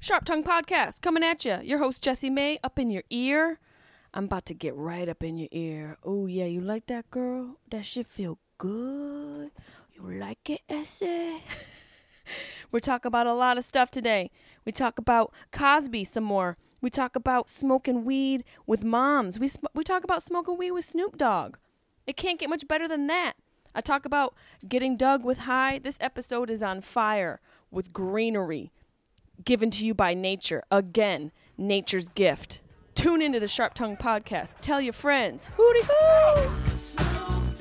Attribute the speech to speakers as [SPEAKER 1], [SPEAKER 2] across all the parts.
[SPEAKER 1] Sharp Tongue Podcast coming at you. Your host Jesse May up in your ear. I'm about to get right up in your ear. Oh yeah, you like that girl? That shit feel good. You like it, Essay? We're talking about a lot of stuff today. We talk about Cosby some more. We talk about smoking weed with moms. We sm- we talk about smoking weed with Snoop Dogg. It can't get much better than that. I talk about getting dug with high. This episode is on fire with greenery given to you by nature. Again, nature's gift. Tune into the Sharp Tongue Podcast. Tell your friends. Hooty hoo!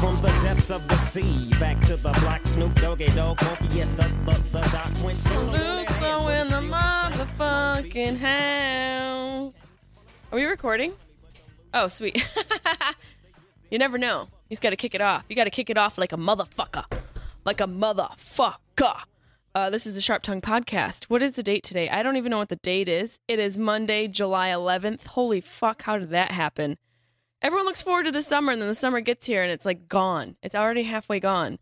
[SPEAKER 2] From the depths of the sea, back to the block, Snoop Doggy Dog, funky at the, the, the dock. Went solo in the
[SPEAKER 1] Luso
[SPEAKER 2] house.
[SPEAKER 1] in the motherfucking house. Are we recording? Oh, sweet. you never know. He's got to kick it off. You got to kick it off like a motherfucker. Like a motherfucker. Uh, this is the Sharp Tongue Podcast. What is the date today? I don't even know what the date is. It is Monday, July 11th. Holy fuck, how did that happen? Everyone looks forward to the summer, and then the summer gets here and it's like gone. It's already halfway gone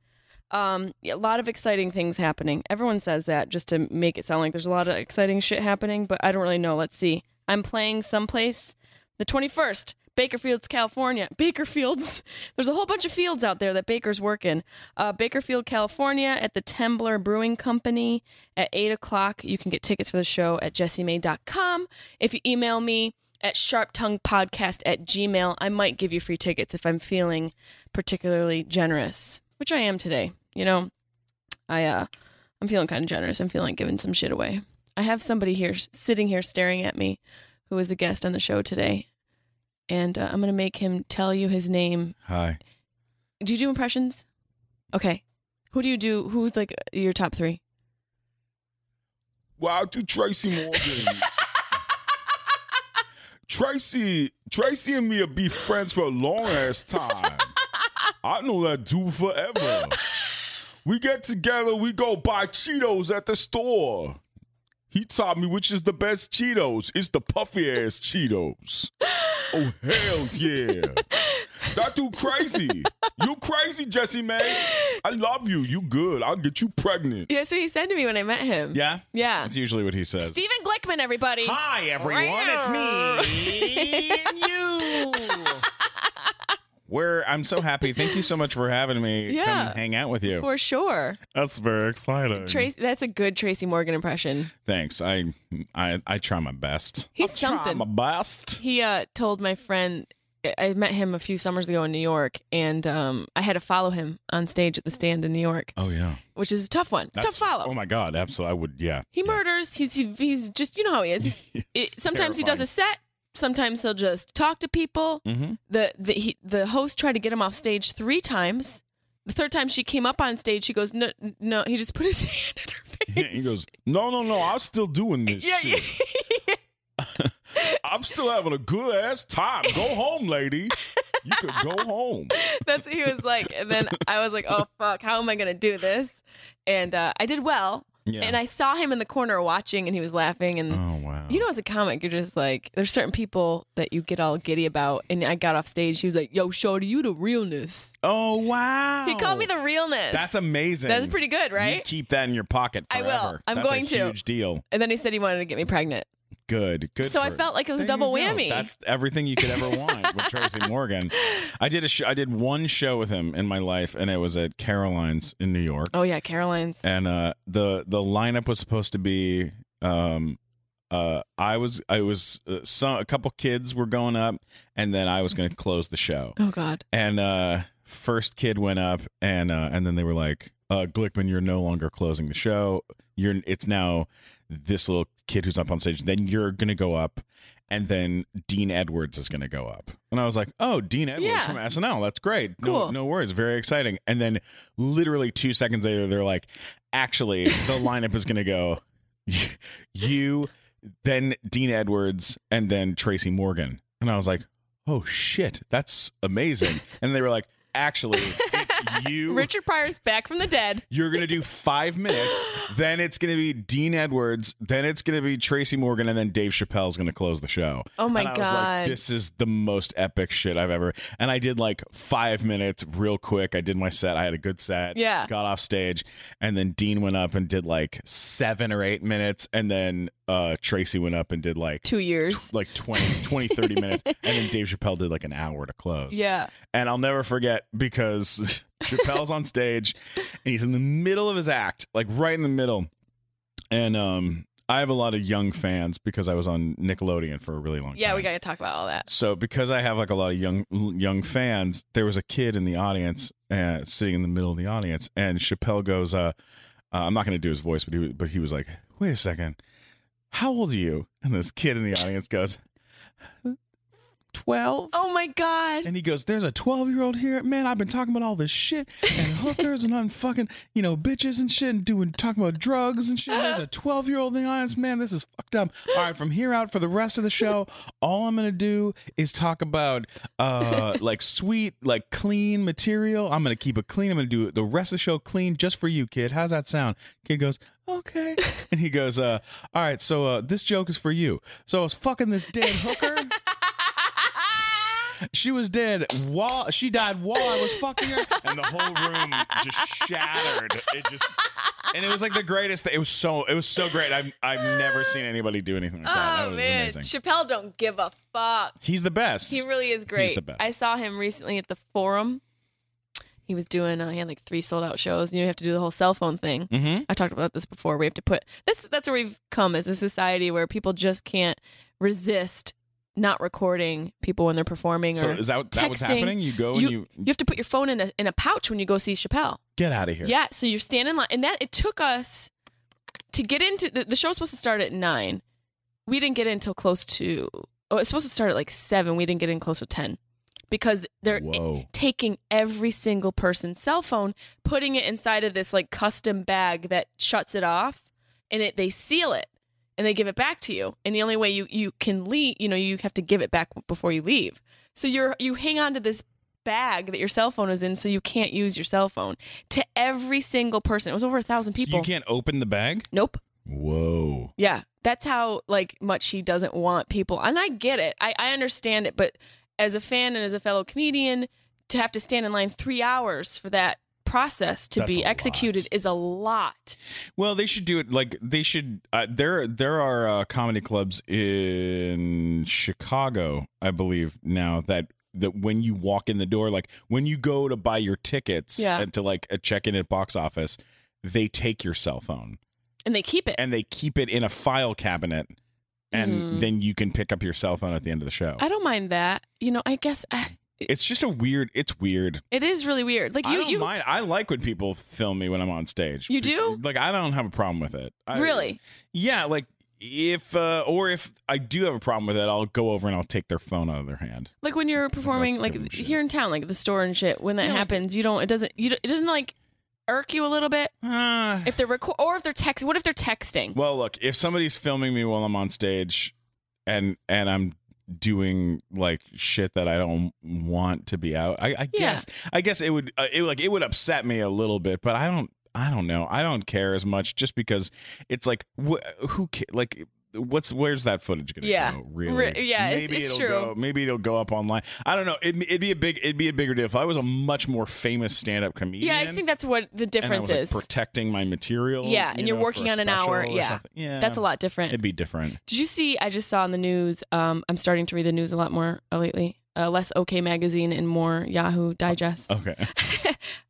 [SPEAKER 1] um, yeah, a lot of exciting things happening. Everyone says that just to make it sound like there's a lot of exciting shit happening, but I don't really know. Let's see. I'm playing someplace the 21st, Bakerfields, California. Bakerfields. There's a whole bunch of fields out there that Baker's work in. Uh, Bakerfield, California, at the Tembler Brewing Company at 8 o'clock. You can get tickets for the show at jessiemay.com. If you email me, at sharptonguepodcast at gmail. I might give you free tickets if I'm feeling particularly generous, which I am today. You know, I uh, I'm feeling kind of generous. I'm feeling like giving some shit away. I have somebody here sitting here staring at me, who is a guest on the show today, and uh, I'm gonna make him tell you his name.
[SPEAKER 3] Hi.
[SPEAKER 1] Do you do impressions? Okay. Who do you do? Who's like your top three?
[SPEAKER 3] Well, I'll do Tracy Morgan. Tracy, Tracy and me will be friends for a long ass time. I know that dude forever. We get together, we go buy Cheetos at the store. He taught me which is the best Cheetos. It's the puffy ass Cheetos. Oh hell yeah. That dude crazy. You crazy, Jesse man. I love you. You good. I'll get you pregnant.
[SPEAKER 1] Yeah, that's what he said to me when I met him.
[SPEAKER 3] Yeah?
[SPEAKER 1] Yeah.
[SPEAKER 3] That's usually what he says.
[SPEAKER 1] Steven Glickman, everybody.
[SPEAKER 2] Hi, everyone. It's me and you.
[SPEAKER 4] We're I'm so happy. Thank you so much for having me.
[SPEAKER 1] Yeah.
[SPEAKER 4] Come hang out with you.
[SPEAKER 1] For sure.
[SPEAKER 4] That's very exciting.
[SPEAKER 1] Trace, that's a good Tracy Morgan impression.
[SPEAKER 4] Thanks. I I I try my best.
[SPEAKER 1] He's
[SPEAKER 4] I
[SPEAKER 1] something.
[SPEAKER 4] Try my best.
[SPEAKER 1] He uh, told my friend I- I met him a few summers ago in New York, and um, I had to follow him on stage at the stand in New York,
[SPEAKER 4] Oh yeah.
[SPEAKER 1] which is a tough one. It's a tough follow.
[SPEAKER 4] Oh my god, absolutely. I would yeah.
[SPEAKER 1] he
[SPEAKER 4] yeah.
[SPEAKER 1] murders. He's he- he's just you know how he is. He's, it,
[SPEAKER 4] It's
[SPEAKER 1] sometimes he does a set. Sometimes he'll just talk to people.
[SPEAKER 4] Mhm.
[SPEAKER 1] The the he, the host tried to get him off stage three times. The third time she came up on stage, she goes, "No, no." He just put his hand in her face.
[SPEAKER 3] Yeah, he goes, no, no, no, I'm still doing this
[SPEAKER 1] Yeah, yeah.
[SPEAKER 3] shit. I'm still having a good ass time. Go home, lady. You could go home.
[SPEAKER 1] That's what he was like. And then I was like, oh, fuck, how am I going to do this? And uh, I did well.
[SPEAKER 4] Yeah.
[SPEAKER 1] And I saw him in the corner watching and he was laughing. And,
[SPEAKER 4] Oh wow.
[SPEAKER 1] you know, as a comic, you're just like, there's certain people that you get all giddy about. And I got off stage. He was like, yo, Shorty, you the realness.
[SPEAKER 4] Oh wow.
[SPEAKER 1] He called me the realness.
[SPEAKER 4] That's amazing.
[SPEAKER 1] That's pretty good,
[SPEAKER 4] You
[SPEAKER 1] right?
[SPEAKER 4] keep that in your pocket
[SPEAKER 1] I will.
[SPEAKER 4] forever.
[SPEAKER 1] I'm
[SPEAKER 4] That's
[SPEAKER 1] going
[SPEAKER 4] a
[SPEAKER 1] to.
[SPEAKER 4] Huge deal.
[SPEAKER 1] And then he said he wanted to get me pregnant.
[SPEAKER 4] Good. Good.
[SPEAKER 1] So I
[SPEAKER 4] for-
[SPEAKER 1] felt like it was a
[SPEAKER 4] There
[SPEAKER 1] double
[SPEAKER 4] you go.
[SPEAKER 1] whammy.
[SPEAKER 4] That's everything you could ever want with Tracy Morgan. I did a sh- I did one show with him in my life, and it was at Caroline's in New York.
[SPEAKER 1] Oh, yeah, Caroline's.
[SPEAKER 4] And uh, the the lineup was supposed to be um, uh, I was I was uh, some a couple kids were going up, and then I was going to close the show.
[SPEAKER 1] Oh, God.
[SPEAKER 4] And uh, first kid went up, and uh, and then they were like, uh, "Glickman, you're no longer closing the show. You're it's now this little kid who's up on stage. Then you're gonna go up, and then Dean Edwards is going to go up. And I was like, "Oh, Dean Edwards
[SPEAKER 1] Yeah.
[SPEAKER 4] from SNL. That's great. No,
[SPEAKER 1] Cool.
[SPEAKER 4] no worries. Very exciting." And then literally 2 seconds later they're like, "Actually, the lineup is going to go you, then Dean Edwards, and then Tracy Morgan." And I was like, "Oh shit, that's amazing." And they were like, "Actually, it's you
[SPEAKER 1] Richard Pryor's back from the dead.
[SPEAKER 4] you're gonna do five minutes, then it's gonna be Dean Edwards, then it's gonna be Tracy Morgan, and then Dave Chappelle's gonna close the show.
[SPEAKER 1] Oh my
[SPEAKER 4] And I was like,
[SPEAKER 1] God.
[SPEAKER 4] this is the most epic shit I've ever. And I did like five minutes real quick. I did my set. I had a good set.
[SPEAKER 1] Yeah.
[SPEAKER 4] Got off stage, and then Dean went up and did like seven or eight minutes, and then uh Tracy went up and did like
[SPEAKER 1] Two years.
[SPEAKER 4] like 20, 20 30 minutes, and then Dave Chappelle did like an hour to close.
[SPEAKER 1] Yeah.
[SPEAKER 4] And I'll never forget because Chappelle's on stage and he's in the middle of his act, like right in the middle. And um I have a lot of young fans because I was on Nickelodeon for a really long time.
[SPEAKER 1] Yeah, we gotta talk about all that.
[SPEAKER 4] So because I have like a lot of young young fans, there was a kid in the audience uh, sitting in the middle of the audience, and Chappelle goes, uh, uh, "I'm not going to do his voice, but he was- but he was like, wait a second, how old are you?" And this kid in the audience goes, 12.
[SPEAKER 1] Oh my god.
[SPEAKER 4] And he goes, There's a 12 year old here. Man, I've been talking about all this shit and hookers and unfucking, you know, bitches and shit and doing, talking about drugs and shit. There's a 12 year old in the audience. Man, this is fucked up. All right, from here out for the rest of the show, all I'm going to do is talk about uh like sweet, like clean material. I'm going to keep it clean. I'm going to do the rest of the show clean just for you, kid. How's that sound? Kid goes, Okay. And he goes, uh, All right, so uh, this joke is for you. So I was fucking this dead hooker. She was dead while she died while I was fucking her, and the whole room just shattered. It just and it was like the greatest. Thing. It was so it was so great. I've I've never seen anybody do anything like that. That
[SPEAKER 1] Oh
[SPEAKER 4] was
[SPEAKER 1] man,
[SPEAKER 4] amazing.
[SPEAKER 1] Chappelle don't give a fuck.
[SPEAKER 4] He's the best.
[SPEAKER 1] He really is great.
[SPEAKER 4] the best.
[SPEAKER 1] I saw him recently at the Forum. He was doing. Uh, he had like three sold out shows. You know, you have to do the whole cell phone thing.
[SPEAKER 4] Mhm.
[SPEAKER 1] I talked about this before. We have to put this. That's where we've come as a society where people just can't resist not recording people when they're performing
[SPEAKER 4] so
[SPEAKER 1] or
[SPEAKER 4] is that that what's
[SPEAKER 1] texting.
[SPEAKER 4] happening? You go
[SPEAKER 1] you,
[SPEAKER 4] and you
[SPEAKER 1] you have to put your phone in a in a pouch when you go see Chappelle.
[SPEAKER 4] get out of here.
[SPEAKER 1] Yeah, so you're standing in line, and that it took us to get into the, the show's supposed to start at nine. We didn't get in until close to oh, it's supposed to start at like seven. We didn't get in close to ten because they're
[SPEAKER 4] Whoa.
[SPEAKER 1] taking every single person's cell phone, putting it inside of this like custom bag that shuts it off, and it they seal it and they give it back to you. And the only way you you can leave, you know, you have to give it back before you leave. So you're you hang on to this bag that your cell phone is in, so you can't use your cell phone to every single person. It was over a thousand
[SPEAKER 4] So
[SPEAKER 1] people.
[SPEAKER 4] you can't open the bag.
[SPEAKER 1] nope.
[SPEAKER 4] Whoa.
[SPEAKER 1] Yeah, that's how like much he doesn't want people, and I get it. I, I understand it, but as a fan and as a fellow comedian, to have to stand in line three hours for that process to
[SPEAKER 4] That's a
[SPEAKER 1] be
[SPEAKER 4] lot.
[SPEAKER 1] executed is a lot.
[SPEAKER 4] Well, they should do it like they should. Uh, there, there are uh, comedy clubs in Chicago, I believe now that that when you walk in the door, like when you go to buy your tickets
[SPEAKER 1] Yeah.
[SPEAKER 4] and to like a check in at box office, they take your cell phone
[SPEAKER 1] And they keep it.
[SPEAKER 4] and they keep it in a file cabinet, and then you can pick up your cell phone at the end of the show.
[SPEAKER 1] Mm-hmm. I don't mind that. You know, I guess I,
[SPEAKER 4] it's just a weird. It's weird.
[SPEAKER 1] it is really weird. Like
[SPEAKER 4] I
[SPEAKER 1] you,
[SPEAKER 4] don't
[SPEAKER 1] you
[SPEAKER 4] mind. I like when people film me when I'm on stage.
[SPEAKER 1] You do?
[SPEAKER 4] Like I don't have a problem with it. I-
[SPEAKER 1] really.
[SPEAKER 4] Yeah, like if uh, or if I do have a problem with it, I'll go over and I'll take their phone out of their hand.
[SPEAKER 1] Like when you're performing,
[SPEAKER 4] give
[SPEAKER 1] like
[SPEAKER 4] 'em shit.
[SPEAKER 1] here in town, like the store and shit. When that happens, you don't. It doesn't. You don't, it doesn't like irk you a little bit
[SPEAKER 4] Uh,
[SPEAKER 1] if they're record or if they're text. What if they're texting?
[SPEAKER 4] well, look, if somebody's filming me while I'm on stage, and and I'm doing like shit that I don't want to be out, I, I guess I guess it would uh, it like it would upset me a little bit, but I don't I don't know I don't care as much just because it's like wh- who ca- like. What's where's that footage gonna
[SPEAKER 1] Yeah.
[SPEAKER 4] go? Really?
[SPEAKER 1] Re- yeah, it's-
[SPEAKER 4] maybe
[SPEAKER 1] it's
[SPEAKER 4] it'll
[SPEAKER 1] true.
[SPEAKER 4] go maybe it'll go up online. I don't know. It, it'd be a big, it'd be a bigger deal if I was a much more famous stand-up comedian.
[SPEAKER 1] Yeah, I think that's what the
[SPEAKER 4] and I
[SPEAKER 1] difference
[SPEAKER 4] was, like,
[SPEAKER 1] is.
[SPEAKER 4] protecting my material.
[SPEAKER 1] Yeah,
[SPEAKER 4] you
[SPEAKER 1] and you're
[SPEAKER 4] know, for
[SPEAKER 1] working
[SPEAKER 4] a
[SPEAKER 1] on an hour,
[SPEAKER 4] special or
[SPEAKER 1] yeah.
[SPEAKER 4] something. yeah,
[SPEAKER 1] that's a lot different.
[SPEAKER 4] It'd be different.
[SPEAKER 1] Did you see? I just saw in the news. Um, I'm starting to read the news a lot more uh, lately. Uh, less OK Magazine and more Yahoo Digest.
[SPEAKER 4] Okay.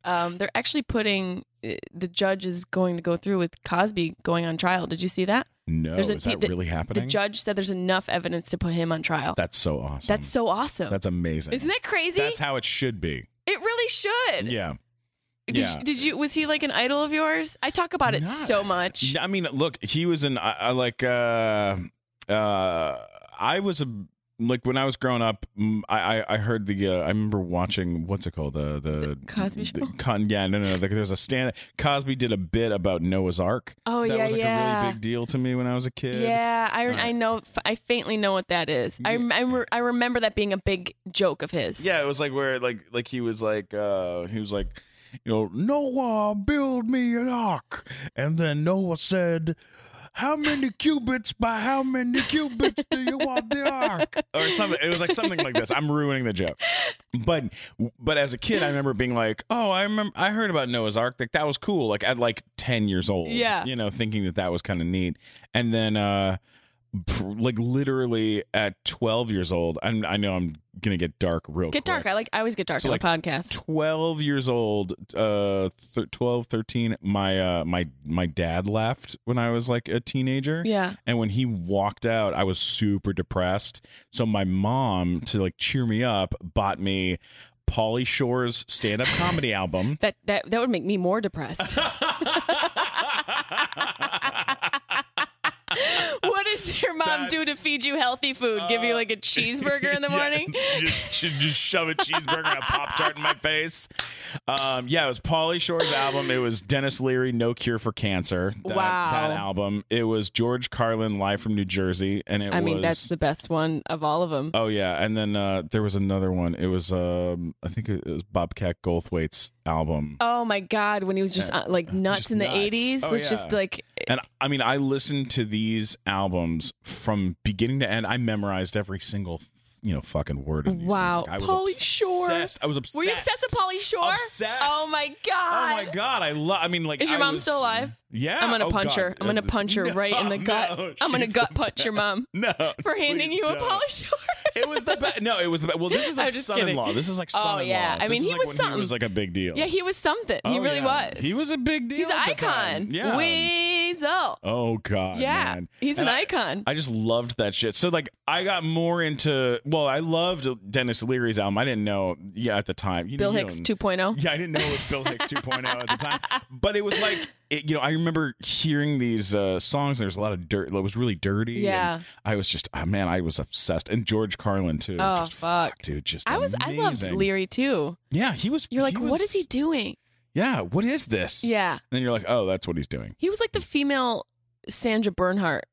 [SPEAKER 1] Um, they're actually putting uh, the judge is going to go through with Cosby going on trial. Did you see that?
[SPEAKER 4] No,
[SPEAKER 1] There's a-
[SPEAKER 4] is that
[SPEAKER 1] the-
[SPEAKER 4] really
[SPEAKER 1] The
[SPEAKER 4] happening?
[SPEAKER 1] judge said there's enough evidence to put him on trial.
[SPEAKER 4] that's so awesome.
[SPEAKER 1] That's so awesome.
[SPEAKER 4] that's amazing.
[SPEAKER 1] Isn't that crazy?
[SPEAKER 4] That's how it should be.
[SPEAKER 1] it really should.
[SPEAKER 4] Yeah.
[SPEAKER 1] Did,
[SPEAKER 4] yeah.
[SPEAKER 1] did you? Was he like an idol of yours? I talk about it
[SPEAKER 4] Not-
[SPEAKER 1] so much.
[SPEAKER 4] I mean, look, he was in. I, I like. uh uh I was a like when I was growing up, mm, I I, I heard the uh, I remember watching what's it called the the,
[SPEAKER 1] Cosby Show?
[SPEAKER 4] con, yeah, no, no, no. Like, there's a stand. Cosby did a bit about Noah's Ark.
[SPEAKER 1] Oh,
[SPEAKER 4] that
[SPEAKER 1] yeah,
[SPEAKER 4] was like a
[SPEAKER 1] yeah.
[SPEAKER 4] really big deal to me when I was a kid.
[SPEAKER 1] Yeah, I,
[SPEAKER 4] Uh,
[SPEAKER 1] I know. I faintly know what that is. I, rem- I, re- I remember that being a big joke of his.
[SPEAKER 4] Yeah, it was like where like like he was like uh he was like you know Noah build me an ark and then Noah said how many cubits by how many cubits do you want the ark or something it was like something like this I'm ruining the joke but but as a kid I remember being like oh I remember I heard about Noah's ark like that was cool like at like 10 years old
[SPEAKER 1] Yeah.
[SPEAKER 4] you know thinking that that was kind of neat and then uh pr- like literally at 12 years old I'm, i know i'm gonna get dark real
[SPEAKER 1] Get
[SPEAKER 4] quick
[SPEAKER 1] dark. I like. I always get dark
[SPEAKER 4] So,
[SPEAKER 1] on
[SPEAKER 4] like,
[SPEAKER 1] the podcast.
[SPEAKER 4] 12 years old uh th- 12 13 my uh my my dad left when i was like a teenager
[SPEAKER 1] Yeah.
[SPEAKER 4] and when he walked out i was super depressed so my mom to like cheer me up bought me Pauly Shore's stand-up comedy album.
[SPEAKER 1] That that that would make me more depressed. what does your mom do to
[SPEAKER 4] That's-
[SPEAKER 1] feed you healthy food? Give you like a cheeseburger in the morning?
[SPEAKER 4] Yeah, just, just just shove a cheeseburger and a pop tart in my face. Um, yeah, it was Pauly Shore's album. It was Dennis Leary, No Cure for Cancer. That,
[SPEAKER 1] Wow.
[SPEAKER 4] that album. It was George Carlin, Live from New Jersey, and it
[SPEAKER 1] I
[SPEAKER 4] was.
[SPEAKER 1] mean, that's the best one of all of them.
[SPEAKER 4] Oh yeah, and then uh, there was another one. It was um, I think it was Bobcat Goldthwait's album.
[SPEAKER 1] Oh my god, when he was just uh, like nuts
[SPEAKER 4] just
[SPEAKER 1] in the
[SPEAKER 4] nuts.
[SPEAKER 1] 80s,
[SPEAKER 4] Oh,
[SPEAKER 1] it's just
[SPEAKER 4] yeah.
[SPEAKER 1] like
[SPEAKER 4] And I mean, I listened to these albums from beginning to end. I memorized every single, you know, fucking word of these. things.
[SPEAKER 1] Wow.
[SPEAKER 4] Like, I was
[SPEAKER 1] Pauly Shore.
[SPEAKER 4] obsessed. I was obsessed.
[SPEAKER 1] Were you obsessed with Polly Shore?
[SPEAKER 4] Obsessed.
[SPEAKER 1] Oh my god.
[SPEAKER 4] Oh my god, I love. I mean, like,
[SPEAKER 1] Is your
[SPEAKER 4] I
[SPEAKER 1] mom
[SPEAKER 4] was-
[SPEAKER 1] still alive?
[SPEAKER 4] Yeah,
[SPEAKER 1] I'm gonna
[SPEAKER 4] Oh,
[SPEAKER 1] punch
[SPEAKER 4] God.
[SPEAKER 1] her. I'm gonna punch her
[SPEAKER 4] No,
[SPEAKER 1] right in the gut.
[SPEAKER 4] no,
[SPEAKER 1] I'm gonna
[SPEAKER 4] she's
[SPEAKER 1] gut
[SPEAKER 4] the
[SPEAKER 1] punch your mom
[SPEAKER 4] best. No,
[SPEAKER 1] for handing
[SPEAKER 4] please
[SPEAKER 1] you a
[SPEAKER 4] don't.
[SPEAKER 1] Polly Shore.
[SPEAKER 4] It was the best. No, it was the best. Well, this is
[SPEAKER 1] I'm
[SPEAKER 4] like
[SPEAKER 1] just
[SPEAKER 4] son-in-law.
[SPEAKER 1] kidding.
[SPEAKER 4] This is like
[SPEAKER 1] Oh,
[SPEAKER 4] son-in-law.
[SPEAKER 1] yeah. I
[SPEAKER 4] This
[SPEAKER 1] mean,
[SPEAKER 4] is
[SPEAKER 1] he
[SPEAKER 4] like
[SPEAKER 1] was
[SPEAKER 4] when
[SPEAKER 1] something.
[SPEAKER 4] He was like a big deal.
[SPEAKER 1] yeah, he was something. he
[SPEAKER 4] Oh,
[SPEAKER 1] really
[SPEAKER 4] yeah.
[SPEAKER 1] was.
[SPEAKER 4] He was a big deal.
[SPEAKER 1] He's an
[SPEAKER 4] at the
[SPEAKER 1] icon.
[SPEAKER 4] time. Yeah.
[SPEAKER 1] Weasel.
[SPEAKER 4] Oh God.
[SPEAKER 1] yeah.
[SPEAKER 4] man.
[SPEAKER 1] He's
[SPEAKER 4] And
[SPEAKER 1] an
[SPEAKER 4] I-
[SPEAKER 1] icon.
[SPEAKER 4] I just loved that shit. So like I got more into well, I loved Dennis Leary's album. I didn't know yeah at the time. You,
[SPEAKER 1] Bill
[SPEAKER 4] you
[SPEAKER 1] Hicks oh.
[SPEAKER 4] don't-
[SPEAKER 1] 2.0.
[SPEAKER 4] Yeah, I didn't know it was Bill Hicks 2.0 at the time. But it was like it, you know, I remember hearing these uh, songs and there was a lot of dirt. It was really dirty. and
[SPEAKER 1] Yeah.
[SPEAKER 4] I was just oh, man, I was obsessed. And George Carlin too.
[SPEAKER 1] Oh,
[SPEAKER 4] Just,
[SPEAKER 1] fuck.
[SPEAKER 4] dude, just
[SPEAKER 1] I was I loved
[SPEAKER 4] amazing.
[SPEAKER 1] Leary too.
[SPEAKER 4] Yeah, he was
[SPEAKER 1] You're like,
[SPEAKER 4] was-
[SPEAKER 1] what is he doing?
[SPEAKER 4] Yeah, what is this?
[SPEAKER 1] Yeah.
[SPEAKER 4] And then you're like, oh, that's what he's doing.
[SPEAKER 1] He was like the female Sandra Bernhardt,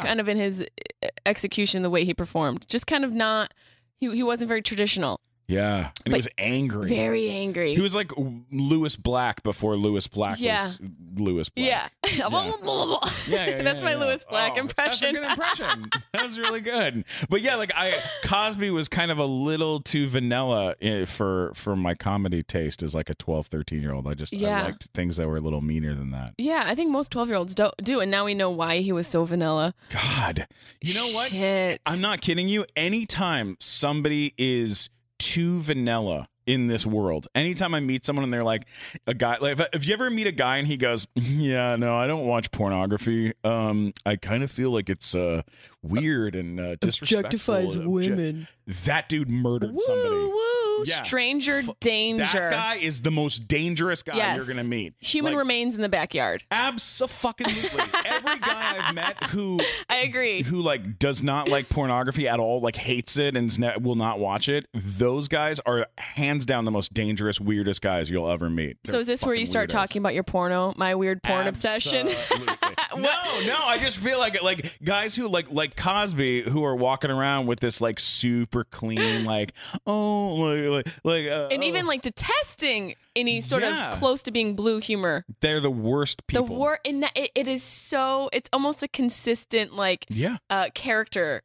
[SPEAKER 1] kind of in his uh, execution, the way he performed. Just kind of not. He, he wasn't very traditional.
[SPEAKER 4] yeah.
[SPEAKER 1] But-
[SPEAKER 4] And he was angry.
[SPEAKER 1] Very angry.
[SPEAKER 4] He was like Lewis Black before Lewis Black
[SPEAKER 1] Yeah.
[SPEAKER 4] was Lewis Black.
[SPEAKER 1] yeah. Blah, blah, blah, blah.
[SPEAKER 4] Yeah, yeah,
[SPEAKER 1] That's
[SPEAKER 4] yeah,
[SPEAKER 1] my
[SPEAKER 4] yeah.
[SPEAKER 1] Lewis Black
[SPEAKER 4] Oh,
[SPEAKER 1] impression.
[SPEAKER 4] That's a good impression. that was really good. But yeah, like I Cosby was kind of a little too vanilla eh, for for my comedy taste as like a 12, 13 year old. I just
[SPEAKER 1] Yeah.
[SPEAKER 4] I liked things that were a little meaner than that.
[SPEAKER 1] yeah, I think most 12 year olds do, do. And now we know why he was so vanilla.
[SPEAKER 4] God. You know what?
[SPEAKER 1] Shit.
[SPEAKER 4] I'm not kidding you. Anytime somebody is too vanilla in this world, anytime I meet someone and they're like a guy, like if, if you ever meet a guy and he goes, "Yeah, no, I don't watch pornography. Um, I kind of feel like it's uh weird and uh, disrespectful." and obje-" that dude murdered
[SPEAKER 1] Woo,
[SPEAKER 4] somebody.
[SPEAKER 1] woo.
[SPEAKER 4] Yeah.
[SPEAKER 1] Stranger danger.
[SPEAKER 4] That guy is the most dangerous guy
[SPEAKER 1] yes.
[SPEAKER 4] you're gonna meet.
[SPEAKER 1] Human
[SPEAKER 4] like,
[SPEAKER 1] remains in the backyard.
[SPEAKER 4] Abso-fucking-lutely. Every guy I've met who
[SPEAKER 1] I agree.
[SPEAKER 4] who like does not like pornography at all, like hates it and is ne- will not watch it. Those guys are hands down the most dangerous, weirdest guys you'll ever meet.
[SPEAKER 1] So is this where you start talking about your porno, my weird porn obsession?
[SPEAKER 4] no, no. I just feel like like guys who like like Cosby who are walking around with this like super clean like oh like like, like uh,
[SPEAKER 1] and
[SPEAKER 4] oh.
[SPEAKER 1] even like detesting any sort
[SPEAKER 4] Yeah.
[SPEAKER 1] of close to being blue humor.
[SPEAKER 4] oh, they're the worst people.
[SPEAKER 1] The war and that- it, it is so it's almost a consistent like
[SPEAKER 4] Yeah,
[SPEAKER 1] uh character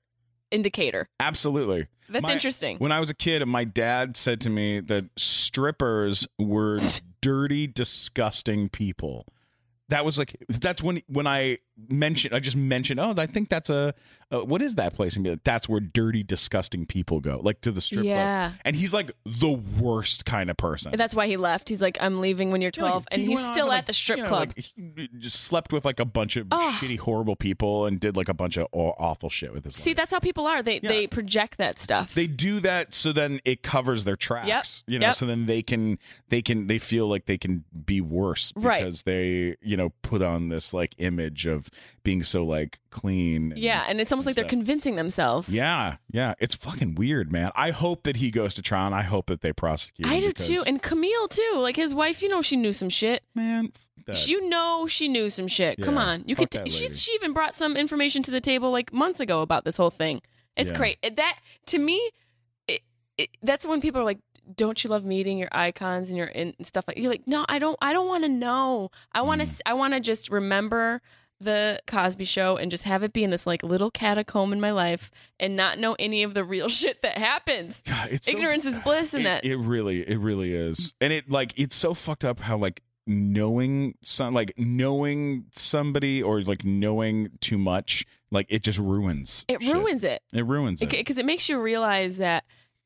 [SPEAKER 1] indicator.
[SPEAKER 4] absolutely.
[SPEAKER 1] That's
[SPEAKER 4] My-
[SPEAKER 1] interesting.
[SPEAKER 4] When I was a kid, my dad said to me that strippers were dirty, disgusting people. That was like that's when when I mentioned I just mentioned oh I think that's a uh, what is that place and be like, that's where dirty disgusting people go like to the strip
[SPEAKER 1] Yeah.
[SPEAKER 4] club and he's like the worst kind of person
[SPEAKER 1] That's why he left. He's like, I'm leaving when you're 12,
[SPEAKER 4] Like, he
[SPEAKER 1] and he's
[SPEAKER 4] went on
[SPEAKER 1] still
[SPEAKER 4] to,
[SPEAKER 1] at
[SPEAKER 4] like,
[SPEAKER 1] the strip
[SPEAKER 4] you know,
[SPEAKER 1] club.
[SPEAKER 4] like, he just slept with like a bunch of shitty horrible people and did like a bunch of aw- awful shit with his life.
[SPEAKER 1] See, that's how people are. They they project that stuff.
[SPEAKER 4] they do that so then it covers their tracks you know
[SPEAKER 1] Yep.
[SPEAKER 4] so then they can they can they feel like they can be worse
[SPEAKER 1] Right.
[SPEAKER 4] because they you know put on this like image of being so like clean. and-
[SPEAKER 1] Yeah, and it's almost like they're convincing themselves.
[SPEAKER 4] Yeah, yeah. It's fucking weird, man. I hope that he goes to trial and I hope that they prosecute
[SPEAKER 1] I
[SPEAKER 4] him
[SPEAKER 1] do
[SPEAKER 4] because,
[SPEAKER 1] too. And Camille too. Like his wife, you know she knew some shit.
[SPEAKER 4] man, f- that.
[SPEAKER 1] You know she knew some shit. Come
[SPEAKER 4] Yeah,
[SPEAKER 1] on. You
[SPEAKER 4] fuck
[SPEAKER 1] could t-
[SPEAKER 4] that
[SPEAKER 1] she
[SPEAKER 4] lady.
[SPEAKER 1] she even brought some information to the table like months ago about this whole thing. It's
[SPEAKER 4] Yeah.
[SPEAKER 1] crazy. That to me it, it, that's when people are like don't you love meeting your icons and your and stuff like you're like no, I don't I don't want to know. I want
[SPEAKER 4] Mm.
[SPEAKER 1] to I want to just remember the Cosby show and just have it be in this like little catacomb in my life and not know any of the real shit that happens.
[SPEAKER 4] God, it's so-
[SPEAKER 1] Ignorance is bliss in
[SPEAKER 4] it,
[SPEAKER 1] that.
[SPEAKER 4] it really it really is and it like it's so fucked up how like knowing some like knowing somebody or like knowing too much like it just ruins
[SPEAKER 1] It
[SPEAKER 4] shit.
[SPEAKER 1] ruins it.
[SPEAKER 4] it ruins it
[SPEAKER 1] because it makes you realize that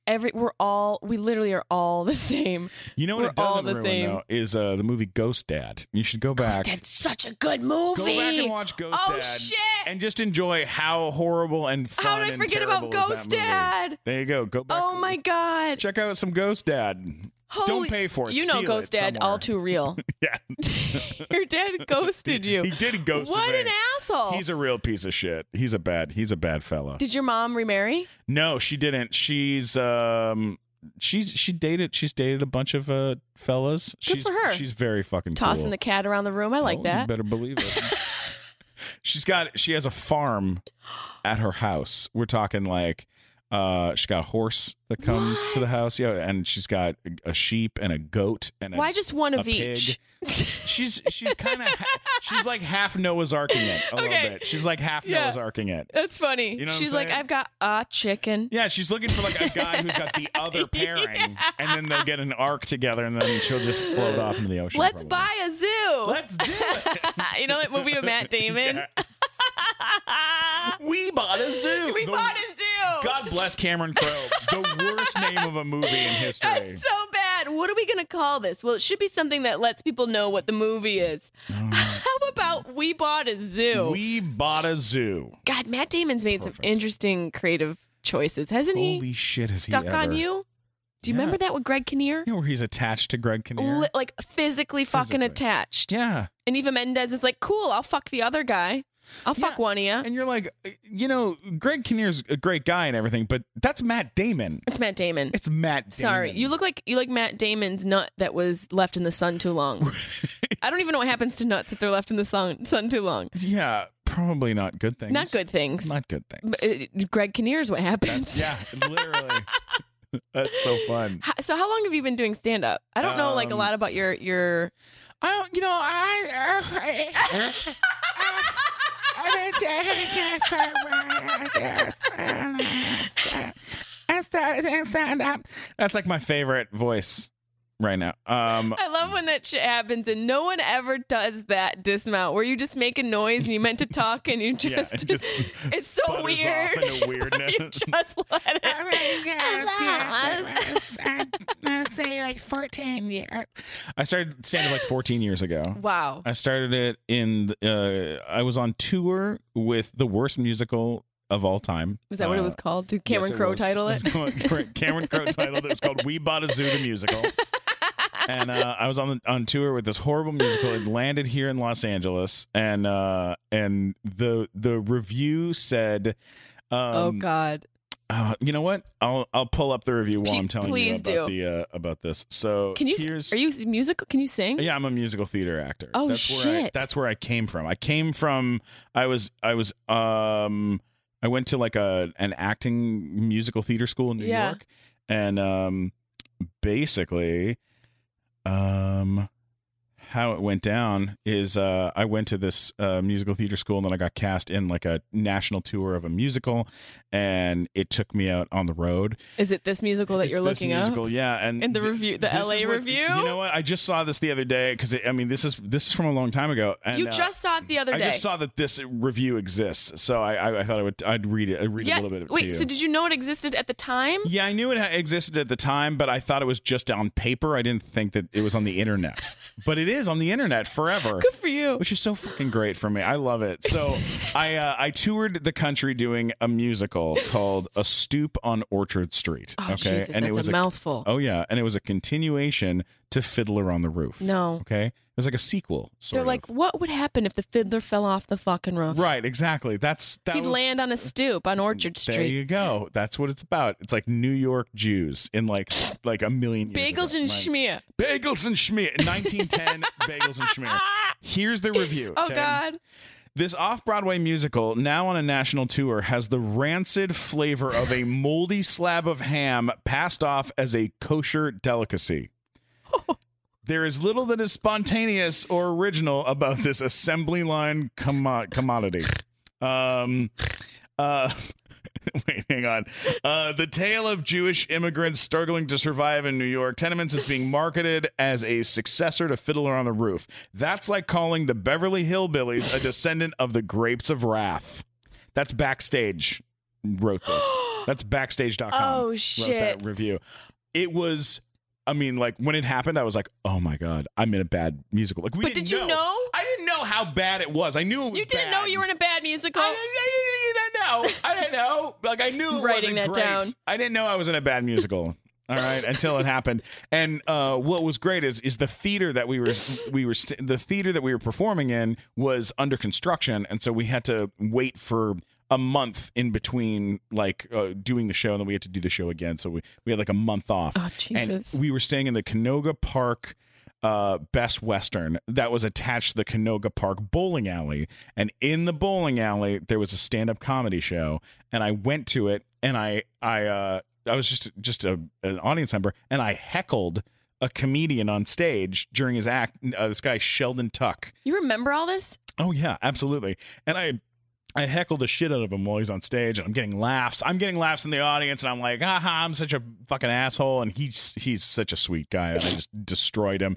[SPEAKER 1] every we're all we literally are all the same.
[SPEAKER 4] you know what
[SPEAKER 1] we're
[SPEAKER 4] it doesn't
[SPEAKER 1] all the
[SPEAKER 4] ruin
[SPEAKER 1] same.
[SPEAKER 4] though is uh the movie ghost dad you should go back
[SPEAKER 1] That's such a good movie.
[SPEAKER 4] go back and watch ghost
[SPEAKER 1] oh,
[SPEAKER 4] dad
[SPEAKER 1] shit!
[SPEAKER 4] and just enjoy how horrible and fun
[SPEAKER 1] How did I
[SPEAKER 4] and
[SPEAKER 1] forget about
[SPEAKER 4] terrible is that
[SPEAKER 1] Ghost
[SPEAKER 4] movie.
[SPEAKER 1] Dad?
[SPEAKER 4] there you go go back
[SPEAKER 1] oh my god!
[SPEAKER 4] check out some ghost dad
[SPEAKER 1] Holy-
[SPEAKER 4] don't pay for it
[SPEAKER 1] You know,
[SPEAKER 4] Steal it
[SPEAKER 1] Ghost Dad,
[SPEAKER 4] somewhere.
[SPEAKER 1] all too real.
[SPEAKER 4] yeah
[SPEAKER 1] Your dad ghosted you.
[SPEAKER 4] he did ghost
[SPEAKER 1] What
[SPEAKER 4] me.
[SPEAKER 1] an asshole!
[SPEAKER 4] He's a real piece of shit. He's a bad. He's a bad fella.
[SPEAKER 1] Oh. did your mom remarry?
[SPEAKER 4] no, she didn't. She's um. She's she dated. She's dated a bunch of uh fellas.
[SPEAKER 1] Good
[SPEAKER 4] she's
[SPEAKER 1] for her.
[SPEAKER 4] She's very fucking
[SPEAKER 1] Tossing
[SPEAKER 4] cool.
[SPEAKER 1] the cat around the room. I like
[SPEAKER 4] Oh, You
[SPEAKER 1] that.
[SPEAKER 4] better believe it. she's got. She has a farm at her house. We're talking like. Uh, she's got a horse that comes to the house, yeah, and she's got a sheep and a goat and a
[SPEAKER 1] Why just one of
[SPEAKER 4] a pig.
[SPEAKER 1] each?
[SPEAKER 4] She's she's kind of she's like half Noah's Arking it a
[SPEAKER 1] Okay.
[SPEAKER 4] little bit. She's like half
[SPEAKER 1] Yeah.
[SPEAKER 4] Noah's Arking it.
[SPEAKER 1] That's funny.
[SPEAKER 4] You know what I'm
[SPEAKER 1] She's like,
[SPEAKER 4] saying?
[SPEAKER 1] I've got a chicken.
[SPEAKER 4] Yeah, she's looking for like a guy who's got the other pairing, and then they'll get an arc together, and then she'll just float off into the ocean.
[SPEAKER 1] Let's
[SPEAKER 4] probably.
[SPEAKER 1] buy a zoo.
[SPEAKER 4] Let's do it.
[SPEAKER 1] you know that movie with Matt Damon?
[SPEAKER 4] we bought a zoo.
[SPEAKER 1] we
[SPEAKER 4] The-
[SPEAKER 1] bought a zoo.
[SPEAKER 4] God bless Cameron Crowe. the worst name of a movie in history.
[SPEAKER 1] That's so bad. What are we gonna call this? Well, it should be something that lets people know what the movie is. How about we bought a zoo?
[SPEAKER 4] Mm. We bought a zoo.
[SPEAKER 1] God, Matt Damon's made some
[SPEAKER 4] Perfect.
[SPEAKER 1] interesting creative choices, hasn't
[SPEAKER 4] Holy
[SPEAKER 1] he?
[SPEAKER 4] shit, is he
[SPEAKER 1] Stuck on
[SPEAKER 4] ever-
[SPEAKER 1] you. Do you
[SPEAKER 4] Yeah.
[SPEAKER 1] remember that with Greg Kinnear?
[SPEAKER 4] You know where he's attached to Greg Kinnear?
[SPEAKER 1] Li- like physically, fucking
[SPEAKER 4] Physically.
[SPEAKER 1] attached.
[SPEAKER 4] yeah.
[SPEAKER 1] And Eva Mendez is like, cool. I'll fuck the other guy. I'll fuck
[SPEAKER 4] Yeah.
[SPEAKER 1] one of you.
[SPEAKER 4] And you're like, you know, Greg Kinnear's a great guy and everything, but that's Matt Damon.
[SPEAKER 1] It's Matt Damon.
[SPEAKER 4] It's Matt Damon.
[SPEAKER 1] Sorry, you look like you like Matt Damon's nut that was left in the sun too long. I don't even know what happens to nuts if they're left in the sun sun too long.
[SPEAKER 4] Yeah, probably not good things.
[SPEAKER 1] Not good things.
[SPEAKER 4] Not good things.
[SPEAKER 1] But, uh, Greg Kinnear's what happens.
[SPEAKER 4] yeah, literally. That's so fun.
[SPEAKER 1] How- So how long have you been doing stand up? I don't know like a
[SPEAKER 4] Um,
[SPEAKER 1] lot about your your.
[SPEAKER 4] I don't, uh, you know, I. I, I, That's like my favorite voice right now. Um,
[SPEAKER 1] I love when that shit happens and no one ever does that dismount where you just make a noise and you meant to talk and you just,
[SPEAKER 4] yeah, it just
[SPEAKER 1] it's so
[SPEAKER 4] sputters
[SPEAKER 1] weird.
[SPEAKER 4] Off into
[SPEAKER 1] you
[SPEAKER 4] weirdness.
[SPEAKER 1] just let it.
[SPEAKER 5] I'd say like 14 years.
[SPEAKER 4] I started standing like 14 years ago.
[SPEAKER 1] Wow.
[SPEAKER 4] I started it in. Uh, I was on tour with the worst musical of all time.
[SPEAKER 1] Is that what it
[SPEAKER 4] Uh,
[SPEAKER 1] was called? Did Cameron
[SPEAKER 4] yes, it
[SPEAKER 1] Crowe
[SPEAKER 4] was.
[SPEAKER 1] title it?
[SPEAKER 4] Cameron Crowe titled it. It was called "We Bought a Zoo" the musical. and uh, I was on the, on tour with this horrible musical. It landed here in Los Angeles, and uh, and the the review said. Um,
[SPEAKER 1] oh God.
[SPEAKER 4] uh, you know what? I'll I'll pull up the review while
[SPEAKER 1] Ple-
[SPEAKER 4] I'm telling you
[SPEAKER 1] please
[SPEAKER 4] about
[SPEAKER 1] do.
[SPEAKER 4] the uh, about this. So
[SPEAKER 1] Can you?
[SPEAKER 4] Here's,
[SPEAKER 1] Are you musical? Can you sing?
[SPEAKER 4] Yeah, I'm a musical theater actor.
[SPEAKER 1] Oh,
[SPEAKER 4] that's Where I,
[SPEAKER 1] shit.
[SPEAKER 4] that's where I came from. I came from. I was. I was. Um. I went to like a an acting musical theater school in New
[SPEAKER 1] Yeah.
[SPEAKER 4] York, and um, basically, um, how it went down is uh, I went to this uh, musical theater school, and then I got cast in like a national tour of a musical, and it took me out on the road.
[SPEAKER 1] Is it this musical that
[SPEAKER 4] It's
[SPEAKER 1] you're
[SPEAKER 4] this
[SPEAKER 1] looking
[SPEAKER 4] musical,
[SPEAKER 1] up?
[SPEAKER 4] Yeah, and
[SPEAKER 1] In the
[SPEAKER 4] thi-
[SPEAKER 1] review- the
[SPEAKER 4] this
[SPEAKER 1] LA
[SPEAKER 4] is
[SPEAKER 1] review?
[SPEAKER 4] You know what? I just saw this the other day because I mean, this is this is from a long time ago. And,
[SPEAKER 1] you
[SPEAKER 4] uh,
[SPEAKER 1] just saw it the other
[SPEAKER 4] I
[SPEAKER 1] day.
[SPEAKER 4] just saw that this review exists, so I I, I thought I would I'd read it. I'd read
[SPEAKER 1] yeah.
[SPEAKER 4] a little bit.
[SPEAKER 1] wait.
[SPEAKER 4] To you.
[SPEAKER 1] So did you know it existed at the time?
[SPEAKER 4] yeah, I knew it ha- existed at the time, but I thought it was just on paper. I didn't think that it was on the internet, but it is on the internet forever.
[SPEAKER 1] Good for you.
[SPEAKER 4] which is so fucking great for me. I love it. So I uh, I toured the country doing a musical called A Stoop on Orchard Street.
[SPEAKER 1] Oh, Jesus, that's a mouthful.
[SPEAKER 4] Oh yeah, and it was a continuation to Fiddler on the Roof.
[SPEAKER 1] No.
[SPEAKER 4] Okay. It was like a sequel. Sort
[SPEAKER 1] They're like,
[SPEAKER 4] of.
[SPEAKER 1] what would happen if the fiddler fell off the fucking roof?
[SPEAKER 4] right, exactly. That's that.
[SPEAKER 1] He'd
[SPEAKER 4] was-
[SPEAKER 1] land on a stoop on Orchard
[SPEAKER 4] There
[SPEAKER 1] Street.
[SPEAKER 4] you go. That's what it's about. It's like New York Jews in like like a million years
[SPEAKER 1] Bagels
[SPEAKER 4] ago.
[SPEAKER 1] and
[SPEAKER 4] Like,
[SPEAKER 1] schmear.
[SPEAKER 4] Bagels and Schmear. 1910 Bagels and Schmear. Here's the review.
[SPEAKER 1] Oh
[SPEAKER 4] okay?
[SPEAKER 1] God.
[SPEAKER 4] This off Broadway musical, now on a national tour, has the rancid flavor of a moldy slab of ham passed off as a kosher delicacy. There is little that is spontaneous or original about this assembly line commo- commodity. Um, uh, wait, hang on. Uh, the tale of Jewish immigrants struggling to survive in New York tenements is being marketed as a successor to Fiddler on the Roof. That's like calling the Beverly Hillbillies a descendant of the Grapes of Wrath. That's backstage wrote this. That's backstage.com.
[SPEAKER 1] Oh,
[SPEAKER 4] Wrote
[SPEAKER 1] shit.
[SPEAKER 4] that review. It was. I mean, like when it happened, I was like, "Oh my god, I'm in a bad musical." Like, we
[SPEAKER 1] But
[SPEAKER 4] didn't
[SPEAKER 1] did you know?
[SPEAKER 4] I didn't know how bad it was. I knew it was.
[SPEAKER 1] You didn't
[SPEAKER 4] bad.
[SPEAKER 1] know you were in a bad musical.
[SPEAKER 4] I didn't, I didn't- I didn't know. I didn't know. Like I knew it
[SPEAKER 1] Writing
[SPEAKER 4] wasn't
[SPEAKER 1] that
[SPEAKER 4] great.
[SPEAKER 1] down.
[SPEAKER 4] I didn't know I was in a bad musical. All right, until it happened. And uh, what was great is is the theater that we were we were st- the theater that we were performing in was under construction, and so we had to wait for a month in between like uh, doing the show and then we had to do the show again so we, we had like a month off
[SPEAKER 1] Oh, Jesus.
[SPEAKER 4] and we were staying in the canoga park uh, Best Western that was attached to the Canoga Park bowling alley. And in the bowling alley, there was a stand-up comedy show, and I went to it, and I I uh, I was just just a, an audience member, and I heckled a comedian on stage during his act. Uh, this guy Sheldon Tuck.
[SPEAKER 1] You remember all this?
[SPEAKER 4] Oh yeah, absolutely. And I I heckled the shit out of him while he's on stage, and I'm getting laughs. I'm getting laughs in the audience, and I'm like, "Haha, I'm such a fucking asshole." And he's he's such a sweet guy, and I just destroyed him.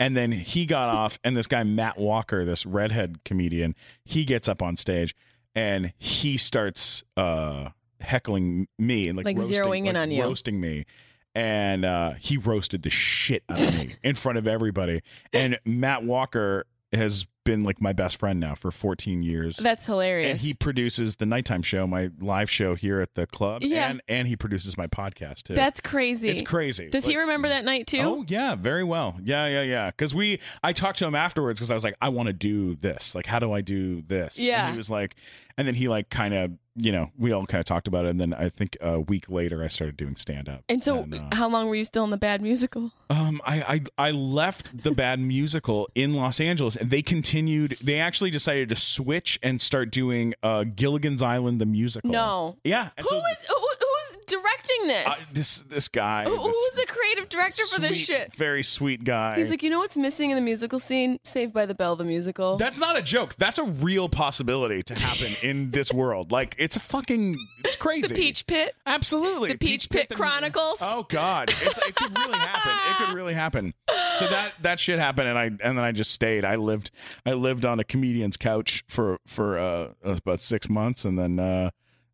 [SPEAKER 4] And then he got off, and this guy Matt Walker, this redhead comedian, he gets up on stage, and he starts uh heckling me and like,
[SPEAKER 1] Like
[SPEAKER 4] roasting,
[SPEAKER 1] zeroing in
[SPEAKER 4] like
[SPEAKER 1] on you.
[SPEAKER 4] roasting me. And uh, he roasted the shit out of me in front of everybody. And Matt Walker has been like my best friend now for 14 years.
[SPEAKER 1] That's hilarious.
[SPEAKER 4] And he produces the nighttime show, my live show here at the club.
[SPEAKER 1] Yeah.
[SPEAKER 4] And, and he produces my podcast too.
[SPEAKER 1] That's crazy.
[SPEAKER 4] it's crazy.
[SPEAKER 1] Does he
[SPEAKER 4] Like-
[SPEAKER 1] remember that night too?
[SPEAKER 4] Oh yeah, very well. Yeah, yeah, yeah. Because we, I talked to him afterwards because I was like, I want to do this. Like, how do I do this? And
[SPEAKER 1] Yeah.
[SPEAKER 4] he was like, and then he like kind of, you know, we all kind of talked about it. And then I think a week later, I started doing stand up.
[SPEAKER 1] And so, how long were you still in the bad musical?
[SPEAKER 4] Um, I, I I left the bad musical in Los Angeles, and they continued. They actually decided to switch and start doing uh, Gilligan's Island the musical.
[SPEAKER 1] No.
[SPEAKER 4] yeah. and
[SPEAKER 1] Who
[SPEAKER 4] so-
[SPEAKER 1] is who, who's directing this?
[SPEAKER 4] uh, this this guy?
[SPEAKER 1] who,
[SPEAKER 4] this
[SPEAKER 1] who's the creative director for this
[SPEAKER 4] sweet,
[SPEAKER 1] shit?
[SPEAKER 4] Very sweet guy.
[SPEAKER 1] He's like, you know what's missing in the musical scene? Saved by the Bell, the musical.
[SPEAKER 4] That's not a joke. That's a real possibility to happen in this world. Like it's a fucking it's crazy.
[SPEAKER 1] the Peach Pit.
[SPEAKER 4] Absolutely.
[SPEAKER 1] The Peach Pit
[SPEAKER 4] the-
[SPEAKER 1] Chronicles.
[SPEAKER 4] Oh God, it's, it could really happen. It could really happen. So that that shit happened, and I and then I just stayed. I lived I lived on a comedian's couch for for uh, about six months, and then uh,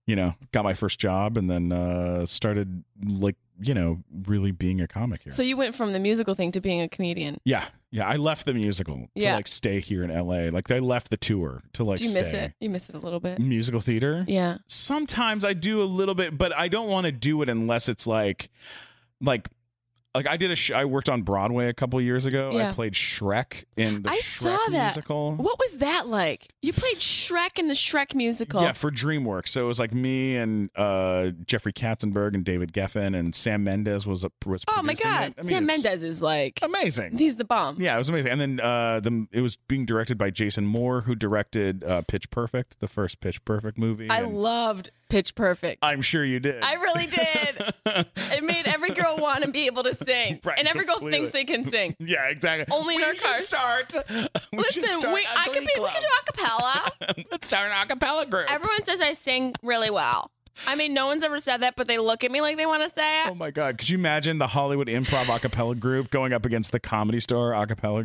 [SPEAKER 4] you know got my first job, and then uh, started like you know really being a comic here.
[SPEAKER 1] So you went from the musical thing to being a comedian.
[SPEAKER 4] yeah, yeah. I left the musical to
[SPEAKER 1] Yeah.
[SPEAKER 4] like stay here in L.A. Like I left the tour to like
[SPEAKER 1] Do you
[SPEAKER 4] stay.
[SPEAKER 1] miss it? You miss it a little bit.
[SPEAKER 4] Musical theater
[SPEAKER 1] Yeah.
[SPEAKER 4] sometimes I do a little bit, but I don't want to do it unless it's like, like, like I did a. Sh- I worked on Broadway a couple years ago.
[SPEAKER 1] Yeah.
[SPEAKER 4] I played Shrek in the
[SPEAKER 1] I
[SPEAKER 4] Shrek
[SPEAKER 1] saw that.
[SPEAKER 4] musical.
[SPEAKER 1] What was that like? You played Shrek in the Shrek musical.
[SPEAKER 4] Yeah, for DreamWorks. So it was like me and uh, Jeffrey Katzenberg and David Geffen and Sam Mendes was a was
[SPEAKER 1] oh my
[SPEAKER 4] producing it.
[SPEAKER 1] God.
[SPEAKER 4] I mean,
[SPEAKER 1] Sam
[SPEAKER 4] it's
[SPEAKER 1] Mendes is like,
[SPEAKER 4] amazing.
[SPEAKER 1] he's the bomb.
[SPEAKER 4] Yeah, it was amazing. And then uh, the it was being directed by Jason Moore, who directed uh, Pitch Perfect, the first Pitch Perfect movie.
[SPEAKER 1] I
[SPEAKER 4] and
[SPEAKER 1] loved Pitch Perfect.
[SPEAKER 4] I'm sure you did.
[SPEAKER 1] I really did. it made every girl want to be able to sing,
[SPEAKER 4] Right,
[SPEAKER 1] and every girl
[SPEAKER 4] completely.
[SPEAKER 1] thinks they can sing.
[SPEAKER 4] Yeah, exactly.
[SPEAKER 1] Only in
[SPEAKER 4] we
[SPEAKER 1] our
[SPEAKER 4] should
[SPEAKER 1] cars.
[SPEAKER 4] Start. We should
[SPEAKER 1] Listen,
[SPEAKER 4] start
[SPEAKER 1] we,
[SPEAKER 4] a
[SPEAKER 1] I could
[SPEAKER 4] glee
[SPEAKER 1] be. We could do acapella.
[SPEAKER 4] club. Let's start an acapella group.
[SPEAKER 1] Everyone says I sing really well. I mean, no one's ever said that, but they look at me like they want to say it.
[SPEAKER 4] Oh my god! Could you imagine the Hollywood Improv acapella group going up against the Comedy Store acapella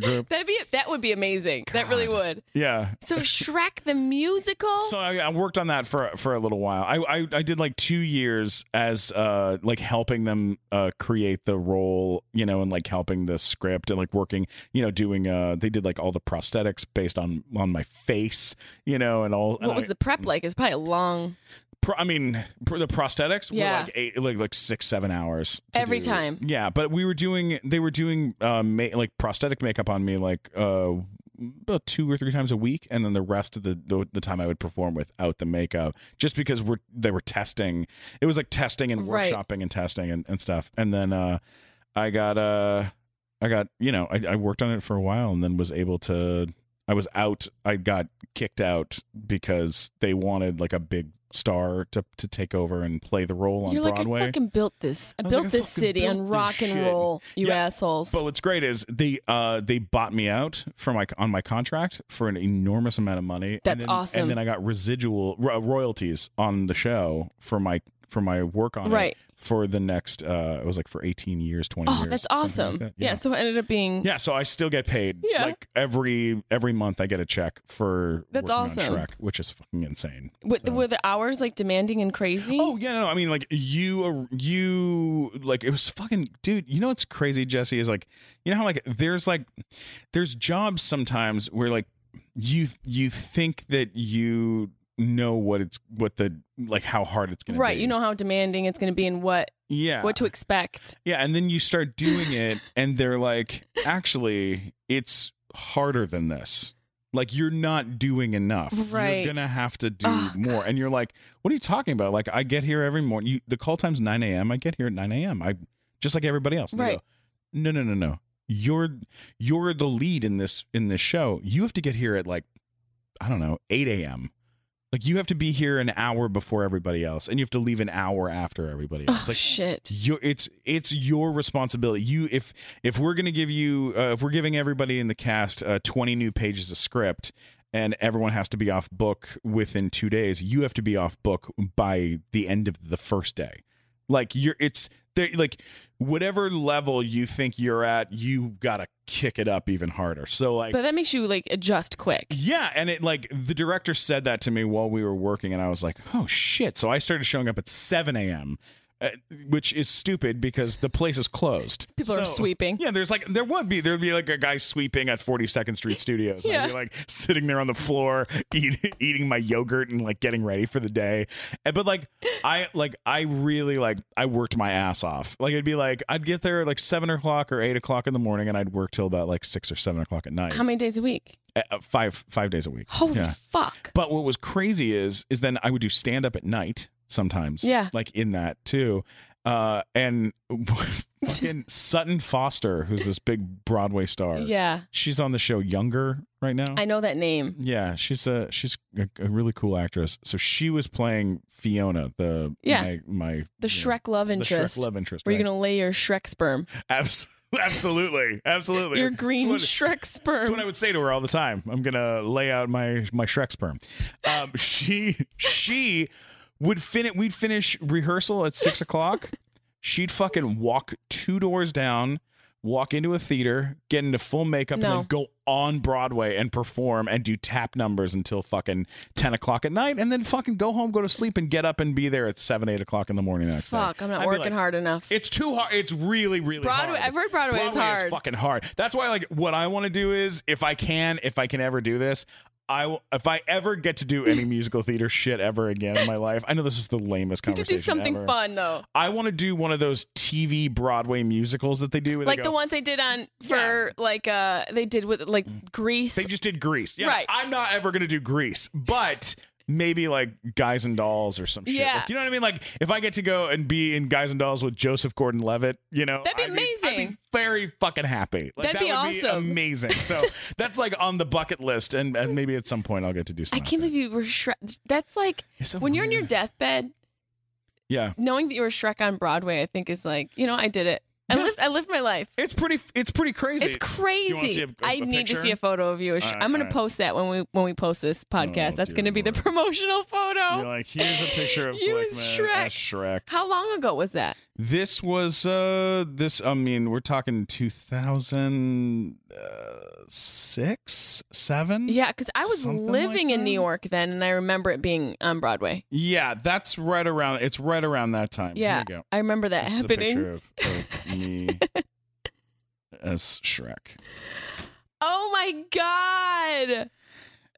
[SPEAKER 4] group?
[SPEAKER 1] That'd be that would be amazing. That really would.
[SPEAKER 4] Yeah.
[SPEAKER 1] So Shrek the musical.
[SPEAKER 4] So I, I worked on that for for a little while. I, I I did like two years as uh like helping them uh create the role, you know, and like helping the script and like working, you know, doing uh they did like all the prosthetics based on on my face, you know, and all.
[SPEAKER 1] what was the prep like? It's probably a long.
[SPEAKER 4] Pro, I mean, pr- the prosthetics
[SPEAKER 1] Yeah.
[SPEAKER 4] were like eight, like like six, seven hours to
[SPEAKER 1] Every
[SPEAKER 4] do.
[SPEAKER 1] time.
[SPEAKER 4] Yeah, but we were doing. They were doing uh, ma- like prosthetic makeup on me like uh, about two or three times a week, and then the rest of the, the the time I would perform without the makeup, just because we're they were testing. It was like testing and
[SPEAKER 1] Right.
[SPEAKER 4] workshopping and testing and, and stuff. And then uh, I got uh, I got you know I, I worked on it for a while and then was able to. I was out. I got kicked out because they wanted like a big star to to take over and play the role on
[SPEAKER 1] You're like,
[SPEAKER 4] Broadway.
[SPEAKER 1] I fucking built this. I,
[SPEAKER 4] was
[SPEAKER 1] built
[SPEAKER 4] like, I
[SPEAKER 1] this
[SPEAKER 4] fucking
[SPEAKER 1] city
[SPEAKER 4] built
[SPEAKER 1] on
[SPEAKER 4] this
[SPEAKER 1] rock and
[SPEAKER 4] shit.
[SPEAKER 1] roll, you
[SPEAKER 4] Yeah,
[SPEAKER 1] assholes.
[SPEAKER 4] But what's great is they uh they bought me out for my on my contract for an enormous amount of money.
[SPEAKER 1] That's
[SPEAKER 4] and then,
[SPEAKER 1] awesome.
[SPEAKER 4] And then I got residual ro- royalties on the show for my for my work on
[SPEAKER 1] Right.
[SPEAKER 4] it for the next uh it was like for 18 years, 20
[SPEAKER 1] oh,
[SPEAKER 4] years.
[SPEAKER 1] that's
[SPEAKER 4] something
[SPEAKER 1] awesome.
[SPEAKER 4] like that.
[SPEAKER 1] yeah. so it ended up being
[SPEAKER 4] Yeah, so I still get paid.
[SPEAKER 1] Yeah.
[SPEAKER 4] Like every every month I get a check for
[SPEAKER 1] That's
[SPEAKER 4] working on
[SPEAKER 1] awesome.
[SPEAKER 4] Shrek, which is fucking insane.
[SPEAKER 1] Were,
[SPEAKER 4] So-
[SPEAKER 1] were the hours like demanding and crazy?
[SPEAKER 4] Oh yeah, no, I mean like you, uh, you like it was fucking dude. You know what's crazy, Jesse is like, you know how like there's like there's jobs sometimes where like you you think that you know what it's what the like how hard it's gonna
[SPEAKER 1] right.
[SPEAKER 4] be.
[SPEAKER 1] You know how demanding it's going to be and what
[SPEAKER 4] yeah
[SPEAKER 1] what to expect.
[SPEAKER 4] yeah, and then you start doing it, and they're like, actually, it's harder than this. Like you're not doing enough.
[SPEAKER 1] Right.
[SPEAKER 4] You're gonna have to do
[SPEAKER 1] Oh,
[SPEAKER 4] more. And you're like, what are you talking about? Like I get here every morning. You, the call time's 9 a.m. I get here at 9 a.m. I just like everybody else. And they
[SPEAKER 1] Right.
[SPEAKER 4] go, no, no, no, no. You're you're the lead in this in this show. You have to get here at like I don't know 8 a.m. Like you have to be here an hour before everybody else, and you have to leave an hour after everybody
[SPEAKER 1] Oh
[SPEAKER 4] else. like
[SPEAKER 1] shit.
[SPEAKER 4] your it's it's your responsibility you if if we're gonna give you uh, if we're giving everybody in the cast uh, 20 new pages of script and everyone has to be off book within two days you have to be off book by the end of the first day like you're it's they like whatever level you think you're at you gotta kick it up even harder so like
[SPEAKER 1] But that makes you like adjust quick.
[SPEAKER 4] yeah, and it like the director said that to me while we were working, and I was like, "Oh shit!" So I started showing up at seven a.m., uh, which is stupid because the place is closed.
[SPEAKER 1] People are
[SPEAKER 4] So-
[SPEAKER 1] sweeping.
[SPEAKER 4] Yeah, there's like there would be there'd be like a guy sweeping at Forty Second Street Studios.
[SPEAKER 1] Yeah.
[SPEAKER 4] I'd be like sitting there on the floor eat, eating my yogurt and like getting ready for the day. And, but like I like I really like I worked my ass off. Like it'd be like I'd get there at like seven o'clock or eight o'clock in the morning, and I'd work till about like six or seven o'clock at night
[SPEAKER 1] How many days a week?
[SPEAKER 4] uh, five five days a week.
[SPEAKER 1] Holy
[SPEAKER 4] Yeah.
[SPEAKER 1] fuck.
[SPEAKER 4] But what was crazy is is then I would do stand up at night sometimes.
[SPEAKER 1] Yeah.
[SPEAKER 4] like in that too. Uh, and fucking Sutton Foster, who's this big Broadway star.
[SPEAKER 1] Yeah.
[SPEAKER 4] she's on the show Younger right now.
[SPEAKER 1] I know that name.
[SPEAKER 4] yeah, she's a she's a, a really cool actress. So she was playing Fiona, the
[SPEAKER 1] Yeah.
[SPEAKER 4] my, my
[SPEAKER 1] The
[SPEAKER 4] you know,
[SPEAKER 1] Shrek love
[SPEAKER 4] the
[SPEAKER 1] interest.
[SPEAKER 4] Shrek love interest.
[SPEAKER 1] Where you're
[SPEAKER 4] right?
[SPEAKER 1] gonna lay your Shrek sperm.
[SPEAKER 4] Abs- absolutely, absolutely
[SPEAKER 1] Your
[SPEAKER 4] That's
[SPEAKER 1] green
[SPEAKER 4] what-
[SPEAKER 1] Shrek
[SPEAKER 4] That's what I
[SPEAKER 1] sperm.
[SPEAKER 4] would say to her all the time. I'm gonna lay out my my Shrek sperm. Um, she she would finish. We'd finish rehearsal at six o'clock. She'd fucking walk two doors down, walk into a theater, get into full makeup, and
[SPEAKER 1] No.
[SPEAKER 4] then go on Broadway and perform and do tap numbers until fucking ten o'clock at night, and then fucking go home, go to sleep, and get up and be there at seven eight o'clock in the morning the next day.
[SPEAKER 1] Fuck, I'm not
[SPEAKER 4] I'd be
[SPEAKER 1] working
[SPEAKER 4] like,
[SPEAKER 1] hard enough.
[SPEAKER 4] it's too hard. It's really, really
[SPEAKER 1] Broadway-
[SPEAKER 4] hard.
[SPEAKER 1] I've heard Broadway is hard.
[SPEAKER 4] fucking hard. That's why, like, what I want to do is, if I can, if I can ever do this, I will. If I ever get to do any musical theater shit ever again in my life, I know this is the lamest
[SPEAKER 1] to
[SPEAKER 4] conversation.
[SPEAKER 1] do something
[SPEAKER 4] ever.
[SPEAKER 1] fun though.
[SPEAKER 4] I want to do one of those TV Broadway musicals that they do. Where they
[SPEAKER 1] Like
[SPEAKER 4] go,
[SPEAKER 1] the ones they did on for like uh they did with like
[SPEAKER 4] Mm.
[SPEAKER 1] Grease.
[SPEAKER 4] they just did Grease. Yeah,
[SPEAKER 1] Right.
[SPEAKER 4] I'm not ever gonna do Grease, but. Maybe like Guys and Dolls or some shit.
[SPEAKER 1] Yeah.
[SPEAKER 4] Like, you know what I mean? Like if I get to go and be in Guys and Dolls with Joseph Gordon-Levitt, you know,
[SPEAKER 1] That'd be
[SPEAKER 4] I'd I'd
[SPEAKER 1] amazing.
[SPEAKER 4] very fucking happy. Like,
[SPEAKER 1] That'd be
[SPEAKER 4] that would
[SPEAKER 1] awesome.
[SPEAKER 4] amazing. So that's like on the bucket list, and, and maybe at some point I'll get to do
[SPEAKER 1] I
[SPEAKER 4] something.
[SPEAKER 1] can't believe you were Shrek. That's like
[SPEAKER 4] It's so
[SPEAKER 1] when you're in your
[SPEAKER 4] weird.
[SPEAKER 1] deathbed,
[SPEAKER 4] yeah.
[SPEAKER 1] knowing that you were Shrek on Broadway. I think is like you know I did it. I lived I lived my life.
[SPEAKER 4] It's pretty. It's pretty crazy.
[SPEAKER 1] It's crazy.
[SPEAKER 4] see a-
[SPEAKER 1] I
[SPEAKER 4] a- a
[SPEAKER 1] need to
[SPEAKER 4] picture?
[SPEAKER 1] see a photo of you. as Sh-
[SPEAKER 4] All right,
[SPEAKER 1] I'm going
[SPEAKER 4] all
[SPEAKER 1] to
[SPEAKER 4] right.
[SPEAKER 1] post that when we when we post this podcast.
[SPEAKER 4] Oh,
[SPEAKER 1] That's
[SPEAKER 4] dear
[SPEAKER 1] going to be the
[SPEAKER 4] Lord.
[SPEAKER 1] promotional photo.
[SPEAKER 4] You're like, here's a picture of
[SPEAKER 1] You
[SPEAKER 4] Flickman
[SPEAKER 1] as
[SPEAKER 4] as Shrek.
[SPEAKER 1] How long ago was that?
[SPEAKER 4] This was uh this I mean we're talking uh, 2006 7
[SPEAKER 1] Yeah, because I was
[SPEAKER 4] Something like
[SPEAKER 1] living in New
[SPEAKER 4] that?
[SPEAKER 1] York then, and I remember it being on Broadway.
[SPEAKER 4] Yeah, that's right around it's right around that time.
[SPEAKER 1] Yeah,
[SPEAKER 4] Here we go.
[SPEAKER 1] I remember that
[SPEAKER 4] This is a
[SPEAKER 1] happening.
[SPEAKER 4] picture of, of me as Shrek.
[SPEAKER 1] Oh my god!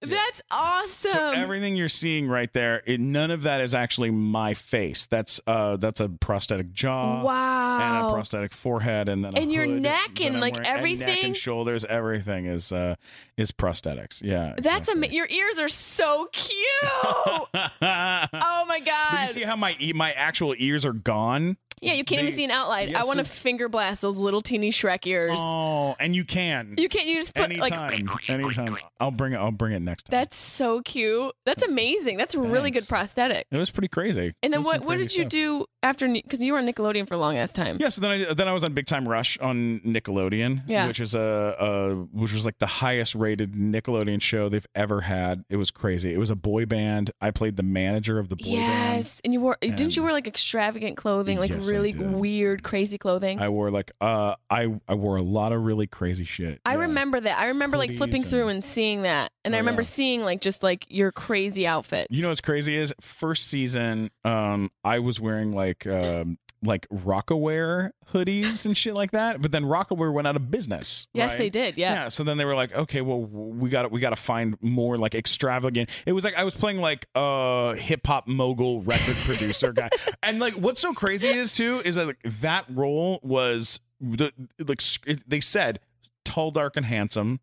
[SPEAKER 1] That's awesome.
[SPEAKER 4] So everything you're seeing right there, it, none of that is actually my face. That's uh, that's a prosthetic jaw, and
[SPEAKER 1] Wow.
[SPEAKER 4] a prosthetic forehead, and then a
[SPEAKER 1] And your
[SPEAKER 4] hood
[SPEAKER 1] neck
[SPEAKER 4] that
[SPEAKER 1] and,
[SPEAKER 4] I'm
[SPEAKER 1] like,
[SPEAKER 4] wearing, and neck
[SPEAKER 1] everything?
[SPEAKER 4] and shoulders, everything is uh, is prosthetics. Yeah,
[SPEAKER 1] That's am- your ears are so cute. oh
[SPEAKER 4] amazing.
[SPEAKER 1] my
[SPEAKER 4] But
[SPEAKER 1] god.
[SPEAKER 4] you see how my e- my actual ears are gone?
[SPEAKER 1] yeah, you can't even
[SPEAKER 4] they-
[SPEAKER 1] see an outline.
[SPEAKER 4] yes,
[SPEAKER 1] I want to
[SPEAKER 4] it-
[SPEAKER 1] finger blast those little teeny Shrek ears.
[SPEAKER 4] Oh, and you can
[SPEAKER 1] you can't. You just put
[SPEAKER 4] anytime,
[SPEAKER 1] like.
[SPEAKER 4] anytime. I'll bring it. I'll bring it next time.
[SPEAKER 1] That's so cute. That's amazing. That's a really good
[SPEAKER 4] Thanks.
[SPEAKER 1] prosthetic.
[SPEAKER 4] it was pretty crazy.
[SPEAKER 1] And then
[SPEAKER 4] It was some
[SPEAKER 1] what? What
[SPEAKER 4] crazy
[SPEAKER 1] did you
[SPEAKER 4] stuff.
[SPEAKER 1] do after? Because you were on Nickelodeon for a long ass time.
[SPEAKER 4] Yeah, so then I then I was on Big Time Rush on Nickelodeon,
[SPEAKER 1] Yeah.
[SPEAKER 4] which is a, a which was like the highest rated Nickelodeon show they've ever had. It was crazy. It was a boy band. I played the manager of the boy band.
[SPEAKER 1] Yes, and you wore didn't you
[SPEAKER 4] And-
[SPEAKER 1] wear like extravagant clothing, like
[SPEAKER 4] Yes, I
[SPEAKER 1] really
[SPEAKER 4] did.
[SPEAKER 1] weird, crazy clothing? I,
[SPEAKER 4] I wore like uh I I wore a lot of really crazy shit. Yeah.
[SPEAKER 1] remember that. I remember like flipping
[SPEAKER 4] Hoodies
[SPEAKER 1] through
[SPEAKER 4] and-
[SPEAKER 1] and seeing that, and I
[SPEAKER 4] Oh,
[SPEAKER 1] remember
[SPEAKER 4] yeah.
[SPEAKER 1] seeing like just like your crazy outfits.
[SPEAKER 4] You know what's crazy is first season um I was wearing like um like Rockaware hoodies and shit like that, but then Rockaware went out of business.
[SPEAKER 1] yes,
[SPEAKER 4] right?
[SPEAKER 1] they did. Yeah.
[SPEAKER 4] So then they were like, okay, well, we got to we got to find more like extravagant. It was like I was playing like a uh, hip hop mogul record producer guy, and like what's so crazy is too is that like that role was the like s- it- they said tall, dark, and handsome.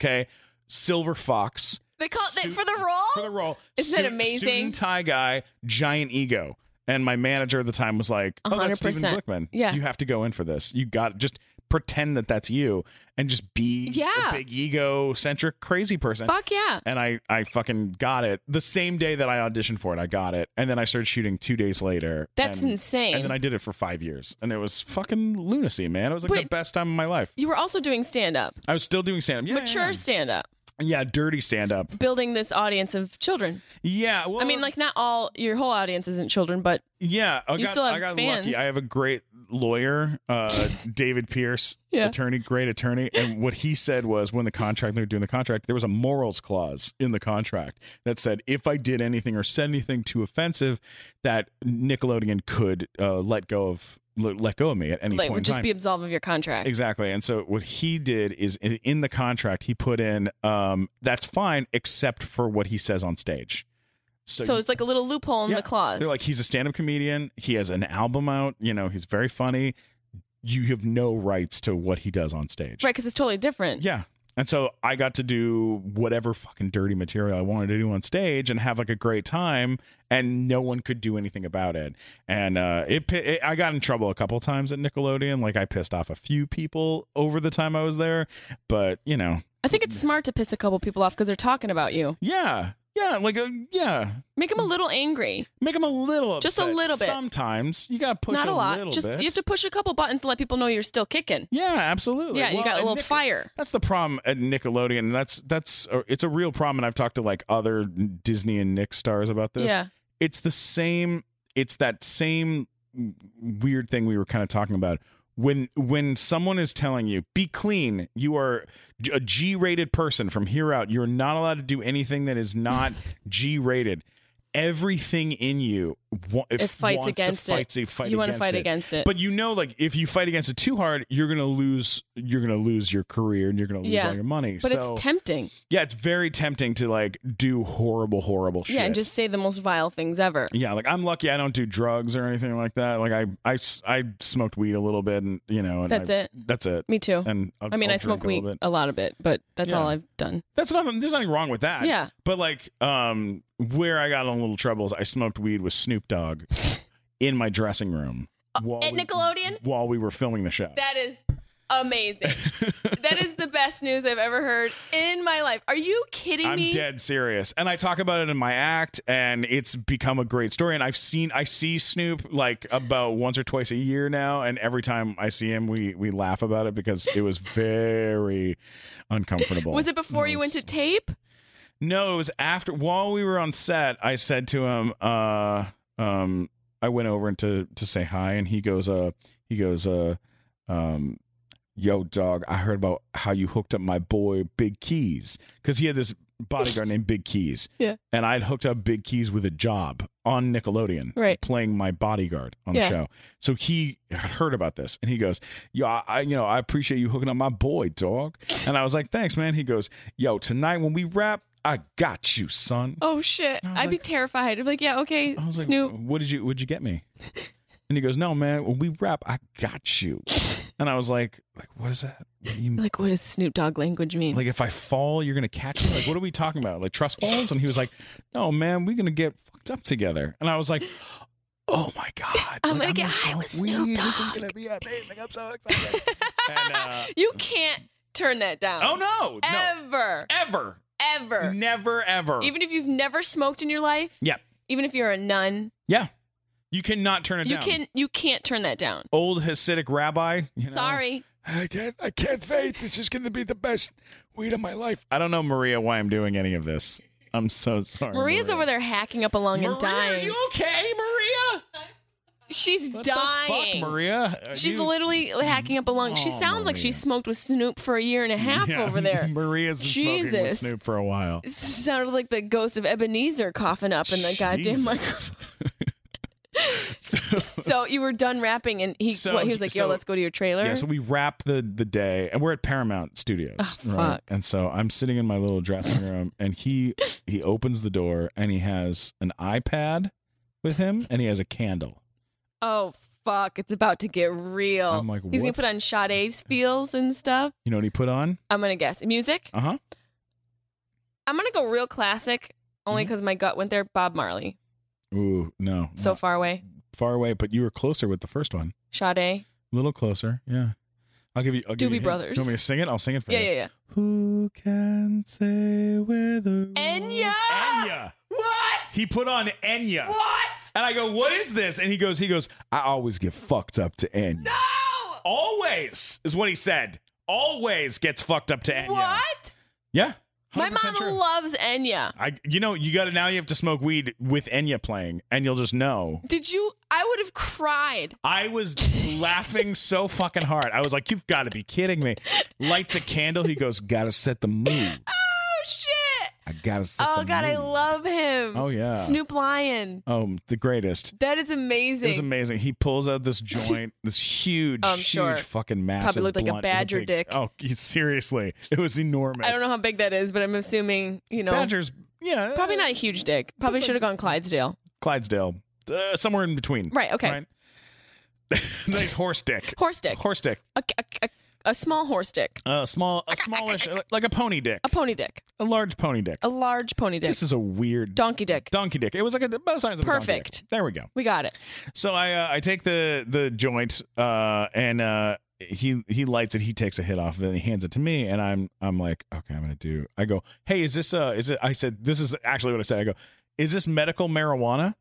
[SPEAKER 4] Okay, silver fox
[SPEAKER 1] they call it
[SPEAKER 4] Suit-
[SPEAKER 1] for the role.
[SPEAKER 4] for the role.
[SPEAKER 1] Oh, Isn't that
[SPEAKER 4] Suit- Suit
[SPEAKER 1] amazing?
[SPEAKER 4] and tie guy, giant ego. And my manager at the time was like, "Oh, that's Steven
[SPEAKER 1] 100%.
[SPEAKER 4] Blickman.
[SPEAKER 1] Yeah.
[SPEAKER 4] you have to go in for this. You got just pretend that that's you, and just be
[SPEAKER 1] Yeah.
[SPEAKER 4] a big egocentric crazy person."
[SPEAKER 1] Fuck yeah.
[SPEAKER 4] And I, I fucking got it the same day that I auditioned for it. I got it, and then I started shooting two days later.
[SPEAKER 1] That's
[SPEAKER 4] and,
[SPEAKER 1] insane.
[SPEAKER 4] And then I did it for five years, and it was fucking lunacy, man. It was like
[SPEAKER 1] But-
[SPEAKER 4] the best time of my life.
[SPEAKER 1] You were also doing stand up,
[SPEAKER 4] I was still doing stand up, yeah, yeah,
[SPEAKER 1] mature stand up,
[SPEAKER 4] yeah, yeah, dirty stand up,
[SPEAKER 1] building this audience of children.
[SPEAKER 4] yeah. Well,
[SPEAKER 1] I mean, like not all your whole audience isn't children, but
[SPEAKER 4] Yeah, I
[SPEAKER 1] You
[SPEAKER 4] got,
[SPEAKER 1] still have
[SPEAKER 4] I got
[SPEAKER 1] fans.
[SPEAKER 4] lucky. I have a great lawyer, uh, David Pierce,
[SPEAKER 1] Yeah.
[SPEAKER 4] attorney, great attorney. And what he said was when the contract, they were doing the contract, there was a morals clause in the contract that said if I did anything or said anything too offensive, that Nickelodeon could uh, let go of let let go of me at any
[SPEAKER 1] like
[SPEAKER 4] point.
[SPEAKER 1] would
[SPEAKER 4] in
[SPEAKER 1] just
[SPEAKER 4] time.
[SPEAKER 1] be absolved of your contract.
[SPEAKER 4] Exactly. And so what he did is in- in the contract he put in um that's fine except for what he says on stage.
[SPEAKER 1] So,
[SPEAKER 4] you-
[SPEAKER 1] it's like a little loophole in
[SPEAKER 4] yeah.
[SPEAKER 1] the clause.
[SPEAKER 4] They're like, he's a stand up comedian. He has an album out. You know, he's very funny. You have no rights to what he does on stage.
[SPEAKER 1] right, because it's totally different.
[SPEAKER 4] Yeah. And so I got to do whatever fucking dirty material I wanted to do on stage and have like a great time, and no one could do anything about it. And uh, it, pi- it, I got in trouble a couple times at Nickelodeon. Like I pissed off a few people over the time I was there, but you know,
[SPEAKER 1] I think it's smart to piss a couple people off because they're talking about you.
[SPEAKER 4] yeah, yeah, like uh, yeah,
[SPEAKER 1] Make them a little angry.
[SPEAKER 4] make them a little,
[SPEAKER 1] Just a
[SPEAKER 4] upset
[SPEAKER 1] little bit.
[SPEAKER 4] Sometimes you gotta push
[SPEAKER 1] Not a lot.
[SPEAKER 4] little
[SPEAKER 1] Just
[SPEAKER 4] bit.
[SPEAKER 1] you have to push a couple buttons to let people know you're still kicking.
[SPEAKER 4] Yeah, absolutely.
[SPEAKER 1] yeah, you
[SPEAKER 4] Well,
[SPEAKER 1] got a
[SPEAKER 4] and
[SPEAKER 1] little
[SPEAKER 4] Nick-
[SPEAKER 1] fire.
[SPEAKER 4] That's the problem at Nickelodeon. and That's that's uh, it's a real problem, and I've talked to like other Disney and Nick stars about this.
[SPEAKER 1] Yeah.
[SPEAKER 4] it's the same. It's that same w- weird thing we were kind of talking about. When when someone is telling you be clean, you are j- a G-rated person from here out. You're not allowed to do anything that is not G-rated. Everything in you wa-
[SPEAKER 1] It fights
[SPEAKER 4] wants to
[SPEAKER 1] against it.
[SPEAKER 4] fight, say, fight
[SPEAKER 1] you want to
[SPEAKER 4] against
[SPEAKER 1] fight
[SPEAKER 4] it.
[SPEAKER 1] against it.
[SPEAKER 4] But you know, like if you fight against it too hard, you're gonna lose. You're gonna lose your career and you're gonna lose
[SPEAKER 1] Yeah.
[SPEAKER 4] all your money.
[SPEAKER 1] But
[SPEAKER 4] so
[SPEAKER 1] it's tempting.
[SPEAKER 4] yeah, it's very tempting to like do horrible, horrible shit.
[SPEAKER 1] Yeah, and just say the most vile things ever.
[SPEAKER 4] yeah, like I'm lucky I don't do drugs or anything like that. Like I, I, s- I smoked weed a little bit, and you know, and
[SPEAKER 1] That's
[SPEAKER 4] I-
[SPEAKER 1] it.
[SPEAKER 4] That's it.
[SPEAKER 1] Me too.
[SPEAKER 4] And I'll,
[SPEAKER 1] I mean,
[SPEAKER 4] I'll
[SPEAKER 1] I smoke
[SPEAKER 4] drink a little
[SPEAKER 1] weed
[SPEAKER 4] bit.
[SPEAKER 1] a lot of it, but that's
[SPEAKER 4] Yeah.
[SPEAKER 1] all I've done.
[SPEAKER 4] That's nothing. There's nothing wrong with that.
[SPEAKER 1] Yeah.
[SPEAKER 4] But like, um, where I got in a little trouble is I smoked weed with Snoop Dogg in my dressing room while
[SPEAKER 1] At
[SPEAKER 4] we-
[SPEAKER 1] Nickelodeon,
[SPEAKER 4] while we were filming the show.
[SPEAKER 1] that is amazing. that is the best news I've ever heard in my life. Are you kidding
[SPEAKER 4] I'm
[SPEAKER 1] me?
[SPEAKER 4] dead serious. And I talk about it in my act and it's become a great story and I've seen I see Snoop like about once or twice a year now and every time I see him we we laugh about it because it was very uncomfortable.
[SPEAKER 1] Was it before you went to tape?
[SPEAKER 4] No, it was after while we were on set I said to him uh um I went over and to to say hi and he goes uh he goes uh um yo dog i heard about how you hooked up my boy big keys because he had this bodyguard named big keys
[SPEAKER 1] Yeah.
[SPEAKER 4] and i'd hooked up big keys with a job on nickelodeon
[SPEAKER 1] Right.
[SPEAKER 4] playing my bodyguard on
[SPEAKER 1] Yeah.
[SPEAKER 4] the show so he had heard about this and he goes yo I, I you know i appreciate you hooking up my boy dog and i was like thanks man he goes yo tonight when we rap I got you, son.
[SPEAKER 1] Oh shit! I'd
[SPEAKER 4] was
[SPEAKER 1] be
[SPEAKER 4] like-
[SPEAKER 1] terrified. I'd be like, yeah, okay,
[SPEAKER 4] I was like, "Oh."
[SPEAKER 1] Snoop.
[SPEAKER 4] "What did you? What did you get me?" And he goes, "No, man. When we rap, I got you." And I was like, "Like what is that? What do you
[SPEAKER 1] Like, what does Snoop Dogg language mean?
[SPEAKER 4] like if I fall, you're gonna catch me? Like what are we talking about? Like trust falls?" And he was like, "No, man. We're gonna get fucked up together." And I was like. Oh my God!
[SPEAKER 1] I'm gonna
[SPEAKER 4] Like,
[SPEAKER 1] get high
[SPEAKER 4] smoke
[SPEAKER 1] with Snoop
[SPEAKER 4] weed. This is
[SPEAKER 1] Dogg."
[SPEAKER 4] gonna be amazing. I'm so excited. and, uh,
[SPEAKER 1] you can't turn that down.
[SPEAKER 4] oh no! No,
[SPEAKER 1] Ever,
[SPEAKER 4] ever,
[SPEAKER 1] ever.
[SPEAKER 4] never, ever.
[SPEAKER 1] Even if you've never smoked in your life,
[SPEAKER 4] yep,
[SPEAKER 1] even if you're a nun,
[SPEAKER 4] yeah. You cannot turn it
[SPEAKER 1] you
[SPEAKER 4] down.
[SPEAKER 1] can you can't turn that down.
[SPEAKER 4] Old Hasidic rabbi. you know?
[SPEAKER 1] Sorry.
[SPEAKER 4] I can't. I can't faith. This is going to be the best weed of my life. I don't know, Maria, why I'm doing any of this. I'm so sorry.
[SPEAKER 1] Maria's over there hacking up a lung and dying.
[SPEAKER 4] okay, Maria?
[SPEAKER 1] She's
[SPEAKER 4] What
[SPEAKER 1] dying.
[SPEAKER 4] The fuck, Maria. Are
[SPEAKER 1] She's
[SPEAKER 4] you-
[SPEAKER 1] literally hacking up a lung. she
[SPEAKER 4] Oh,
[SPEAKER 1] sounds like she
[SPEAKER 4] Maria.
[SPEAKER 1] smoked with Snoop for a year and a half
[SPEAKER 4] Yeah,
[SPEAKER 1] over there.
[SPEAKER 4] Maria's been smoking with
[SPEAKER 1] Jesus.
[SPEAKER 4] Snoop for a while.
[SPEAKER 1] sounded like the ghost of Ebenezer coughing up in the goddamn
[SPEAKER 4] Jesus.
[SPEAKER 1] microphone.
[SPEAKER 4] so,
[SPEAKER 1] So you were done rapping, and he
[SPEAKER 4] So-
[SPEAKER 1] what, he was like, "Yo,
[SPEAKER 4] so-
[SPEAKER 1] let's go to your trailer."
[SPEAKER 4] yeah, so we wrap the the day, and we're at Paramount Studios, right?
[SPEAKER 1] Ah, fuck.
[SPEAKER 4] And so I'm sitting in my little dressing room, and he he opens the door, and he has an iPad with him, and he has a candle.
[SPEAKER 1] oh fuck, it's about to get real.
[SPEAKER 4] I'm like,
[SPEAKER 1] He's gonna
[SPEAKER 4] what's-
[SPEAKER 1] put on Sade's feels and stuff.
[SPEAKER 4] You know what he put on?
[SPEAKER 1] I'm gonna guess music.
[SPEAKER 4] Uh huh.
[SPEAKER 1] I'm gonna go real classic, only
[SPEAKER 4] mm-hmm.
[SPEAKER 1] because my gut went there. Bob Marley,
[SPEAKER 4] Ooh, no.
[SPEAKER 1] so
[SPEAKER 4] not
[SPEAKER 1] far away.
[SPEAKER 4] far away, but you were closer with the first one.
[SPEAKER 1] Sade,
[SPEAKER 4] A little closer, yeah. I'll give you. I'll give
[SPEAKER 1] Doobie
[SPEAKER 4] you a hint.
[SPEAKER 1] Brothers.
[SPEAKER 4] You want me to sing it? I'll sing it for
[SPEAKER 1] yeah,
[SPEAKER 4] you.
[SPEAKER 1] yeah, yeah.
[SPEAKER 4] Who can say where the
[SPEAKER 1] Enya?
[SPEAKER 4] Enya.
[SPEAKER 1] What?
[SPEAKER 4] He put on Enya.
[SPEAKER 1] What?
[SPEAKER 4] And I go, what is this? And he goes, he goes, I always get fucked up to Enya. No! Oh, Always is what he said. Always gets fucked up to Enya.
[SPEAKER 1] What?
[SPEAKER 4] Yeah.
[SPEAKER 1] My
[SPEAKER 4] 100%
[SPEAKER 1] mom
[SPEAKER 4] true.
[SPEAKER 1] loves Enya.
[SPEAKER 4] I, you know, you got to now. You have to smoke weed with Enya playing, and you'll just know.
[SPEAKER 1] Did you? I would have cried.
[SPEAKER 4] I was laughing so fucking hard. I was like, "You've got to be kidding me!" Lights a candle. He goes, "Gotta set the mood.
[SPEAKER 1] Oh shit!
[SPEAKER 4] I gotta set
[SPEAKER 1] Oh
[SPEAKER 4] the
[SPEAKER 1] god, I
[SPEAKER 4] mood."
[SPEAKER 1] love him.
[SPEAKER 4] Oh yeah.
[SPEAKER 1] Snoop Lion.
[SPEAKER 4] Um, the greatest.
[SPEAKER 1] That is
[SPEAKER 4] It was
[SPEAKER 1] amazing.
[SPEAKER 4] amazing. He pulls out this joint, this huge,
[SPEAKER 1] I'm
[SPEAKER 4] huge,
[SPEAKER 1] Um, sure.
[SPEAKER 4] fucking massive.
[SPEAKER 1] looked like a
[SPEAKER 4] blunt. It was
[SPEAKER 1] badger
[SPEAKER 4] big-
[SPEAKER 1] dick.
[SPEAKER 4] Oh, he- seriously, it was enormous.
[SPEAKER 1] I don't know how big that is, but I'm assuming you know.
[SPEAKER 4] badgers. Yeah,
[SPEAKER 1] Probably
[SPEAKER 4] uh,
[SPEAKER 1] not a huge dick. Probably should have gone Clydesdale.
[SPEAKER 4] Clydesdale, uh, somewhere in between.
[SPEAKER 1] Right, okay.
[SPEAKER 4] Right? nice horse dick.
[SPEAKER 1] Horse dick.
[SPEAKER 4] Horse dick.
[SPEAKER 1] A, a, a, a small horse dick.
[SPEAKER 4] Uh, small, a smallish, like a pony dick,
[SPEAKER 1] A pony dick.
[SPEAKER 4] a large pony dick.
[SPEAKER 1] A large pony dick.
[SPEAKER 4] This is a weird
[SPEAKER 1] Donkey dick.
[SPEAKER 4] Donkey dick. It was like a, about the size of a donkey
[SPEAKER 1] Perfect.
[SPEAKER 4] dick. There we go.
[SPEAKER 1] we got it.
[SPEAKER 4] So I uh, I take the the joint uh, and uh, he he lights it. He takes a hit off of it. and He hands it to me, and I'm I'm like, okay, I'm gonna do. I go, hey, is this uh is it? I said this is actually what I said. I go, is this medical marijuana?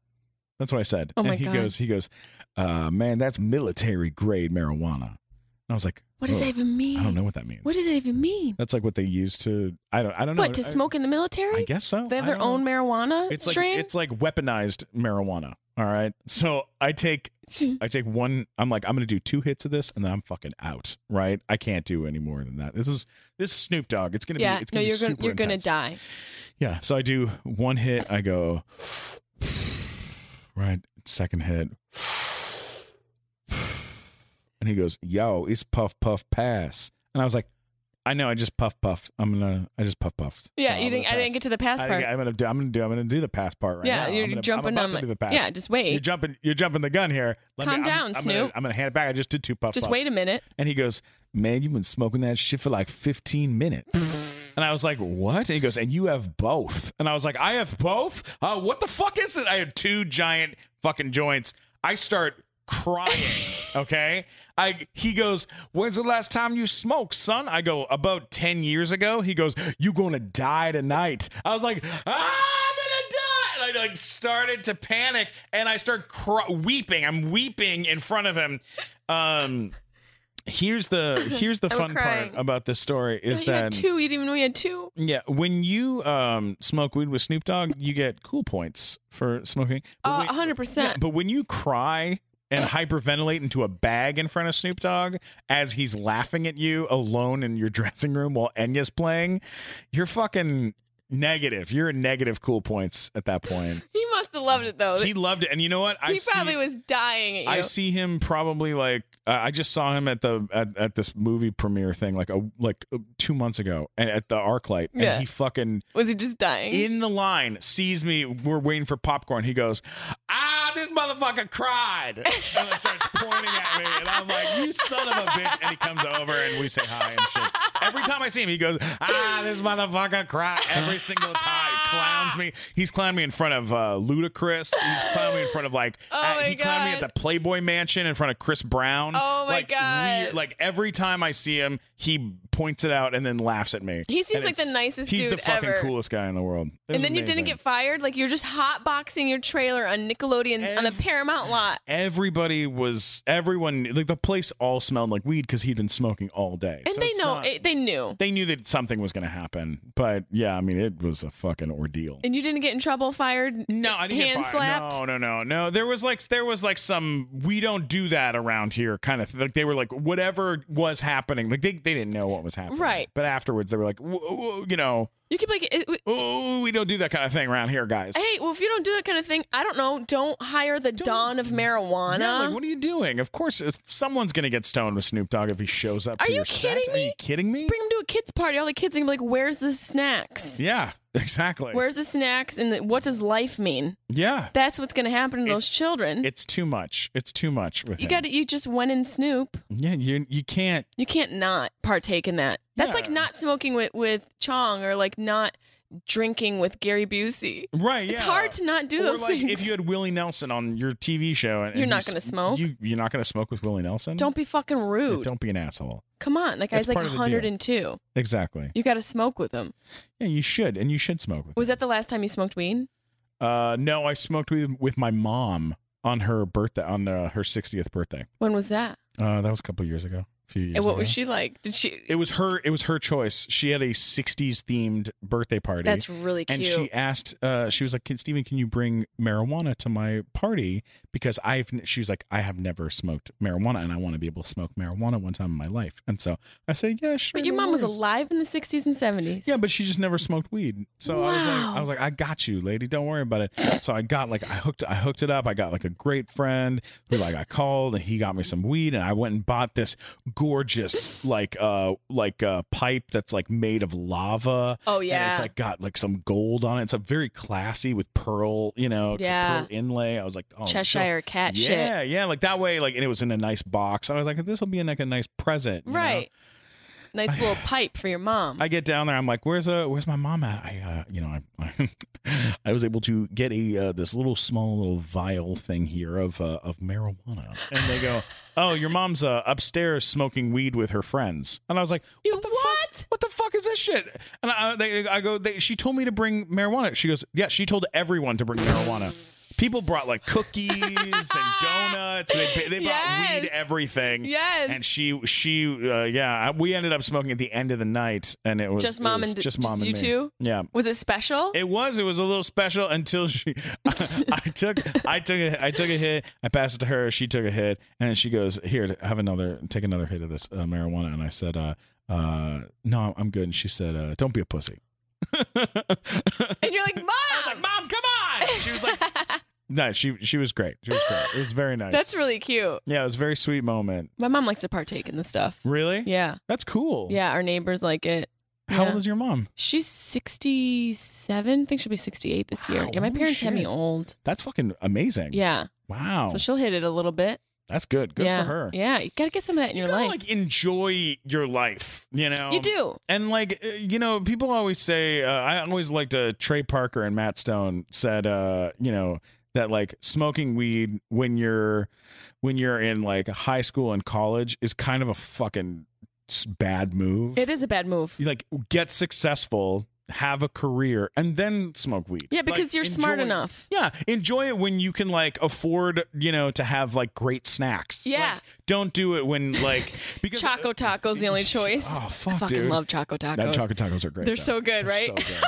[SPEAKER 4] That's what I said.
[SPEAKER 1] Oh my
[SPEAKER 4] and he
[SPEAKER 1] God.
[SPEAKER 4] goes, he goes, uh, man, that's military grade marijuana. And I was like,
[SPEAKER 1] What does
[SPEAKER 4] "Oh,
[SPEAKER 1] that even mean?
[SPEAKER 4] I don't know what that means.
[SPEAKER 1] What does that even mean?
[SPEAKER 4] That's like what they use to. I don't. I don't know.
[SPEAKER 1] what to
[SPEAKER 4] I-
[SPEAKER 1] smoke in the military?
[SPEAKER 4] I guess so.
[SPEAKER 1] They have
[SPEAKER 4] I
[SPEAKER 1] their
[SPEAKER 4] don't know
[SPEAKER 1] own marijuana
[SPEAKER 4] it's
[SPEAKER 1] strain.
[SPEAKER 4] like it's like weaponized marijuana. All right. So I take I take one I'm like, I'm gonna do two hits of this and then I'm fucking out. Right? I can't do any more than that. This is this is Snoop Dogg. It's gonna
[SPEAKER 1] yeah.
[SPEAKER 4] be it's
[SPEAKER 1] no,
[SPEAKER 4] gonna
[SPEAKER 1] you're
[SPEAKER 4] be
[SPEAKER 1] gonna
[SPEAKER 4] super
[SPEAKER 1] you're gonna
[SPEAKER 4] intense.
[SPEAKER 1] die.
[SPEAKER 4] Yeah. So I do one hit, I go Right, second hit. And he goes, Yo, it's puff puff pass. And I was like, I know, I just puff puffed. I'm gonna I just puff puffed.
[SPEAKER 1] Yeah,
[SPEAKER 4] So
[SPEAKER 1] you
[SPEAKER 4] I'm
[SPEAKER 1] didn't.
[SPEAKER 4] gonna
[SPEAKER 1] I didn't
[SPEAKER 4] pass.
[SPEAKER 1] get to the past
[SPEAKER 4] I
[SPEAKER 1] part.
[SPEAKER 4] think I'm gonna do. I'm gonna do. I'm gonna do the pass part right
[SPEAKER 1] yeah,
[SPEAKER 4] now.
[SPEAKER 1] you're
[SPEAKER 4] I'm gonna, I'm
[SPEAKER 1] jumping
[SPEAKER 4] about
[SPEAKER 1] on.
[SPEAKER 4] to
[SPEAKER 1] my-
[SPEAKER 4] do the pass.
[SPEAKER 1] Yeah, just
[SPEAKER 4] You're
[SPEAKER 1] wait.
[SPEAKER 4] jumping. You're jumping the gun here. Let
[SPEAKER 1] Calm
[SPEAKER 4] me,
[SPEAKER 1] down,
[SPEAKER 4] I'm, I'm Gonna,
[SPEAKER 1] Snoop.
[SPEAKER 4] I'm gonna hand it back. I just did two puff.
[SPEAKER 1] Just
[SPEAKER 4] puffs.
[SPEAKER 1] wait a minute.
[SPEAKER 4] And he goes, "Man, you've been smoking that shit for like 15 minutes." and I was like, "What?" And he goes, "And you have both." And I was like, "I have both. Uh, what the fuck is it? I have two giant fucking joints." I start crying. okay. I he goes, When's the last time you smoked, son? I go, about 10 years ago. He goes, You gonna die tonight. I was like, "Ah, I'm gonna die. And I like started to panic and I start cry- weeping. I'm weeping in front of him. Um here's the here's the
[SPEAKER 1] I'm
[SPEAKER 4] fun part
[SPEAKER 1] crying.
[SPEAKER 4] about this story is
[SPEAKER 1] You had
[SPEAKER 4] that
[SPEAKER 1] two. You didn't even know you had two.
[SPEAKER 4] yeah, when you um smoke weed with Snoop Dogg, you get cool points for smoking. But
[SPEAKER 1] Uh,
[SPEAKER 4] when-
[SPEAKER 1] 100%.
[SPEAKER 4] yeah, but when you cry and hyperventilate into a bag in front of Snoop Dogg as he's laughing at you alone in your dressing room while Enya's playing, you're fucking Negative. You're a negative cool points at that point.
[SPEAKER 1] He must have loved it though.
[SPEAKER 4] he
[SPEAKER 1] He,
[SPEAKER 4] loved it. And you know what? I see-
[SPEAKER 1] probably was dying at you.
[SPEAKER 4] I see him probably like uh, I just saw him at the at, at this movie premiere thing like a like uh, two months ago and at the ArcLight and
[SPEAKER 1] Yeah.
[SPEAKER 4] he fucking
[SPEAKER 1] was he just dying?
[SPEAKER 4] in the line sees me we're waiting for popcorn he goes ah this motherfucker cried and then starts pointing at me and I'm like you son of a bitch and he comes over and we say hi and shit every time I see him he goes ah this motherfucker cried every single time
[SPEAKER 1] Ah.
[SPEAKER 4] clowns me he's clowned me in front of uh, Ludacris he's clowned me in front of like at-
[SPEAKER 1] Oh my
[SPEAKER 4] he clowned me at
[SPEAKER 1] God.
[SPEAKER 4] the Playboy Mansion in front of Chris Brown
[SPEAKER 1] Oh my
[SPEAKER 4] like,
[SPEAKER 1] God.
[SPEAKER 4] weird- like every time I see him he points it out and then laughs at me
[SPEAKER 1] He seems
[SPEAKER 4] And
[SPEAKER 1] like the
[SPEAKER 4] it's-
[SPEAKER 1] nicest
[SPEAKER 4] he's the
[SPEAKER 1] dude
[SPEAKER 4] fucking
[SPEAKER 1] ever.
[SPEAKER 4] coolest guy in the world It was
[SPEAKER 1] and then you
[SPEAKER 4] amazing.
[SPEAKER 1] didn't get fired. Like you're just hotboxing your trailer on Nickelodeon on the
[SPEAKER 4] Ev-
[SPEAKER 1] Paramount lot.
[SPEAKER 4] everybody was everyone like the place all smelled like weed because he'd been smoking all day
[SPEAKER 1] And
[SPEAKER 4] So
[SPEAKER 1] they
[SPEAKER 4] it's
[SPEAKER 1] know
[SPEAKER 4] not-
[SPEAKER 1] it, they knew.
[SPEAKER 4] they knew that something was going to happen but yeah i mean it was a fucking ordeal
[SPEAKER 1] And you didn't get in trouble, fired.
[SPEAKER 4] no, I didn't
[SPEAKER 1] hand
[SPEAKER 4] get fired.
[SPEAKER 1] slapped.
[SPEAKER 4] No, no, no, no. There was like there was like some we don't do that around here kind of th- like they were like whatever was happening like they, they didn't know what was happening
[SPEAKER 1] Right.
[SPEAKER 4] But afterwards they were like "Whoa, whoa," you know
[SPEAKER 1] You could be like, it- it-
[SPEAKER 4] oh we don't do that kind of thing around here guys.
[SPEAKER 1] hey, well, if you don't do that kind of thing, I don't know. Don't hire the dawn of marijuana.
[SPEAKER 4] Yeah, like, what are you doing? Of course, if someone's gonna get stoned with Snoop Dogg if he shows up.
[SPEAKER 1] Are
[SPEAKER 4] to
[SPEAKER 1] you
[SPEAKER 4] your set.
[SPEAKER 1] kidding
[SPEAKER 4] Are you
[SPEAKER 1] me?
[SPEAKER 4] kidding me?
[SPEAKER 1] Bring them to a kids party. All the kids are gonna be like, "Where's the snacks?
[SPEAKER 4] yeah, exactly.
[SPEAKER 1] Where's the snacks? And the, what does life mean?
[SPEAKER 4] yeah,
[SPEAKER 1] That's what's gonna happen to those children.
[SPEAKER 4] it's too much. It's too much with
[SPEAKER 1] you
[SPEAKER 4] him.
[SPEAKER 1] got to You just went in Snoop.
[SPEAKER 4] Yeah, you you can't.
[SPEAKER 1] You can't not partake in that. That's like
[SPEAKER 4] Yeah.
[SPEAKER 1] not smoking with with Chong or like not drinking with Gary Busey.
[SPEAKER 4] Right.
[SPEAKER 1] It's
[SPEAKER 4] yeah.
[SPEAKER 1] hard to not do
[SPEAKER 4] Or
[SPEAKER 1] those
[SPEAKER 4] like
[SPEAKER 1] things.
[SPEAKER 4] if you had Willie Nelson on your TV show, and and
[SPEAKER 1] You're not
[SPEAKER 4] you
[SPEAKER 1] gonna
[SPEAKER 4] s-
[SPEAKER 1] smoke.
[SPEAKER 4] You you're not gonna smoke with Willie Nelson.
[SPEAKER 1] don't be fucking
[SPEAKER 4] Yeah,
[SPEAKER 1] rude.
[SPEAKER 4] Don't be an asshole.
[SPEAKER 1] Come on, that
[SPEAKER 4] That's
[SPEAKER 1] guy's like
[SPEAKER 4] part of the deal.
[SPEAKER 1] 102.
[SPEAKER 4] Exactly.
[SPEAKER 1] You got to smoke with him.
[SPEAKER 4] Yeah, you should, and you should smoke with.
[SPEAKER 1] Was that the last time you smoked weed?
[SPEAKER 4] him. Uh, no, I smoked with with my mom on her birthday, on uh, her 60th birthday.
[SPEAKER 1] When was that?
[SPEAKER 4] Uh, that was a couple years ago. A few years.
[SPEAKER 1] and what
[SPEAKER 4] ago.
[SPEAKER 1] was she like? Did she?
[SPEAKER 4] It was her. It was her choice. She had a '60s themed birthday party.
[SPEAKER 1] That's really cute.
[SPEAKER 4] and she asked. Uh, she was like, "Can Stephen, can you bring marijuana to my party? Because I've." n- She was like, "I have never smoked marijuana, and I want to be able to smoke marijuana one time in my life." And so I said, "Yeah, sure."
[SPEAKER 1] but your
[SPEAKER 4] no
[SPEAKER 1] mom was
[SPEAKER 4] worries."
[SPEAKER 1] alive in the 60s and 70s.
[SPEAKER 4] Yeah, but she just never smoked weed. So I was like,
[SPEAKER 1] Wow.
[SPEAKER 4] I was like, I got you, lady. Don't worry about it. So I got like, I hooked, I hooked it up. I got like a great friend who like I called and he got me some weed and I went and bought this gorgeous like uh like uh pipe that's like made of lava.
[SPEAKER 1] Oh,
[SPEAKER 4] and
[SPEAKER 1] yeah.
[SPEAKER 4] it's like got like some gold on it. It's a very classy with pearl, you know,
[SPEAKER 1] Yeah.
[SPEAKER 4] pearl inlay. I was like, oh,
[SPEAKER 1] Cheshire cat
[SPEAKER 4] yeah,
[SPEAKER 1] shit.
[SPEAKER 4] Yeah, yeah. Like that way, like and it was in a nice box. I was like, this will be like a nice present, you know?
[SPEAKER 1] Right. Nice little pipe for your mom.
[SPEAKER 4] I get down there. I'm like, "Where's uh, where's my mom at?" I, uh, you know, I, I, was able to get a uh, this little small little vial thing here of uh, of marijuana, and they go, "Oh, your mom's uh, upstairs smoking weed with her friends." And I was like,
[SPEAKER 1] You
[SPEAKER 4] "What the
[SPEAKER 1] what?
[SPEAKER 4] fuck? What the fuck is this shit?" And I, they, I go, they, "She told me to bring marijuana." She goes, "Yeah, she told everyone to bring marijuana." People brought like cookies and donuts. They, they brought
[SPEAKER 1] Yes.
[SPEAKER 4] weed everything.
[SPEAKER 1] Yes.
[SPEAKER 4] And she, she, uh, yeah, I- we ended up smoking at the end of the night, and it was
[SPEAKER 1] Just
[SPEAKER 4] it
[SPEAKER 1] mom
[SPEAKER 4] was
[SPEAKER 1] and-
[SPEAKER 4] just
[SPEAKER 1] just
[SPEAKER 4] mom
[SPEAKER 1] you
[SPEAKER 4] and me.
[SPEAKER 1] two?
[SPEAKER 4] Yeah.
[SPEAKER 1] was it special?
[SPEAKER 4] It was. It was a little special until she. I, took. I took. A, I took a hit. I passed it to her. She took a hit, and then she goes, "Here, have another. Take another hit of this uh, marijuana." And I said, uh, uh, "No, I'm good." And she said, uh, "Don't be a pussy."
[SPEAKER 1] and you're like, Mom!
[SPEAKER 4] Mom, come on! She was like, "No, she she was great. She was great. It was very nice.
[SPEAKER 1] That's really cute.
[SPEAKER 4] yeah. It was a very sweet moment.
[SPEAKER 1] My mom likes to partake in the stuff.
[SPEAKER 4] Really?
[SPEAKER 1] Yeah.
[SPEAKER 4] That's cool.
[SPEAKER 1] Yeah, our neighbors like it.
[SPEAKER 4] How
[SPEAKER 1] Yeah.
[SPEAKER 4] old is your mom?
[SPEAKER 1] She's 67. I think she'll be 68 this year.
[SPEAKER 4] Wow,
[SPEAKER 1] Yeah, my
[SPEAKER 4] holy
[SPEAKER 1] parents had me
[SPEAKER 4] shit.
[SPEAKER 1] old.
[SPEAKER 4] That's fucking amazing.
[SPEAKER 1] Yeah.
[SPEAKER 4] Wow.
[SPEAKER 1] So she'll hit it a little bit.
[SPEAKER 4] That's good. Good
[SPEAKER 1] yeah.
[SPEAKER 4] for her.
[SPEAKER 1] Yeah, you got to get some of that in
[SPEAKER 4] You
[SPEAKER 1] your
[SPEAKER 4] gotta,
[SPEAKER 1] life.
[SPEAKER 4] like enjoy your life. You know.
[SPEAKER 1] you do.
[SPEAKER 4] And like uh, you know, people always say. Uh, I always liked uh, Trey Parker and Matt Stone said. Uh, you know that like smoking weed when you're when you're in like high school and college is kind of a fucking s- bad move.
[SPEAKER 1] It is a bad move.
[SPEAKER 4] You like get successful, have a career, and then smoke weed.
[SPEAKER 1] Yeah, because
[SPEAKER 4] Like,
[SPEAKER 1] you're smart
[SPEAKER 4] enjoy-
[SPEAKER 1] enough.
[SPEAKER 4] Yeah, enjoy it when you can like afford, you know, to have like great snacks.
[SPEAKER 1] Yeah.
[SPEAKER 4] Like, don't do it when like because uh,
[SPEAKER 1] Choco Taco's the only choice.
[SPEAKER 4] Oh, fuck,
[SPEAKER 1] I fucking
[SPEAKER 4] dude.
[SPEAKER 1] love Choco Tacos.
[SPEAKER 4] That chocolate tacos are great.
[SPEAKER 1] They're
[SPEAKER 4] though.
[SPEAKER 1] so good, right?
[SPEAKER 4] so good.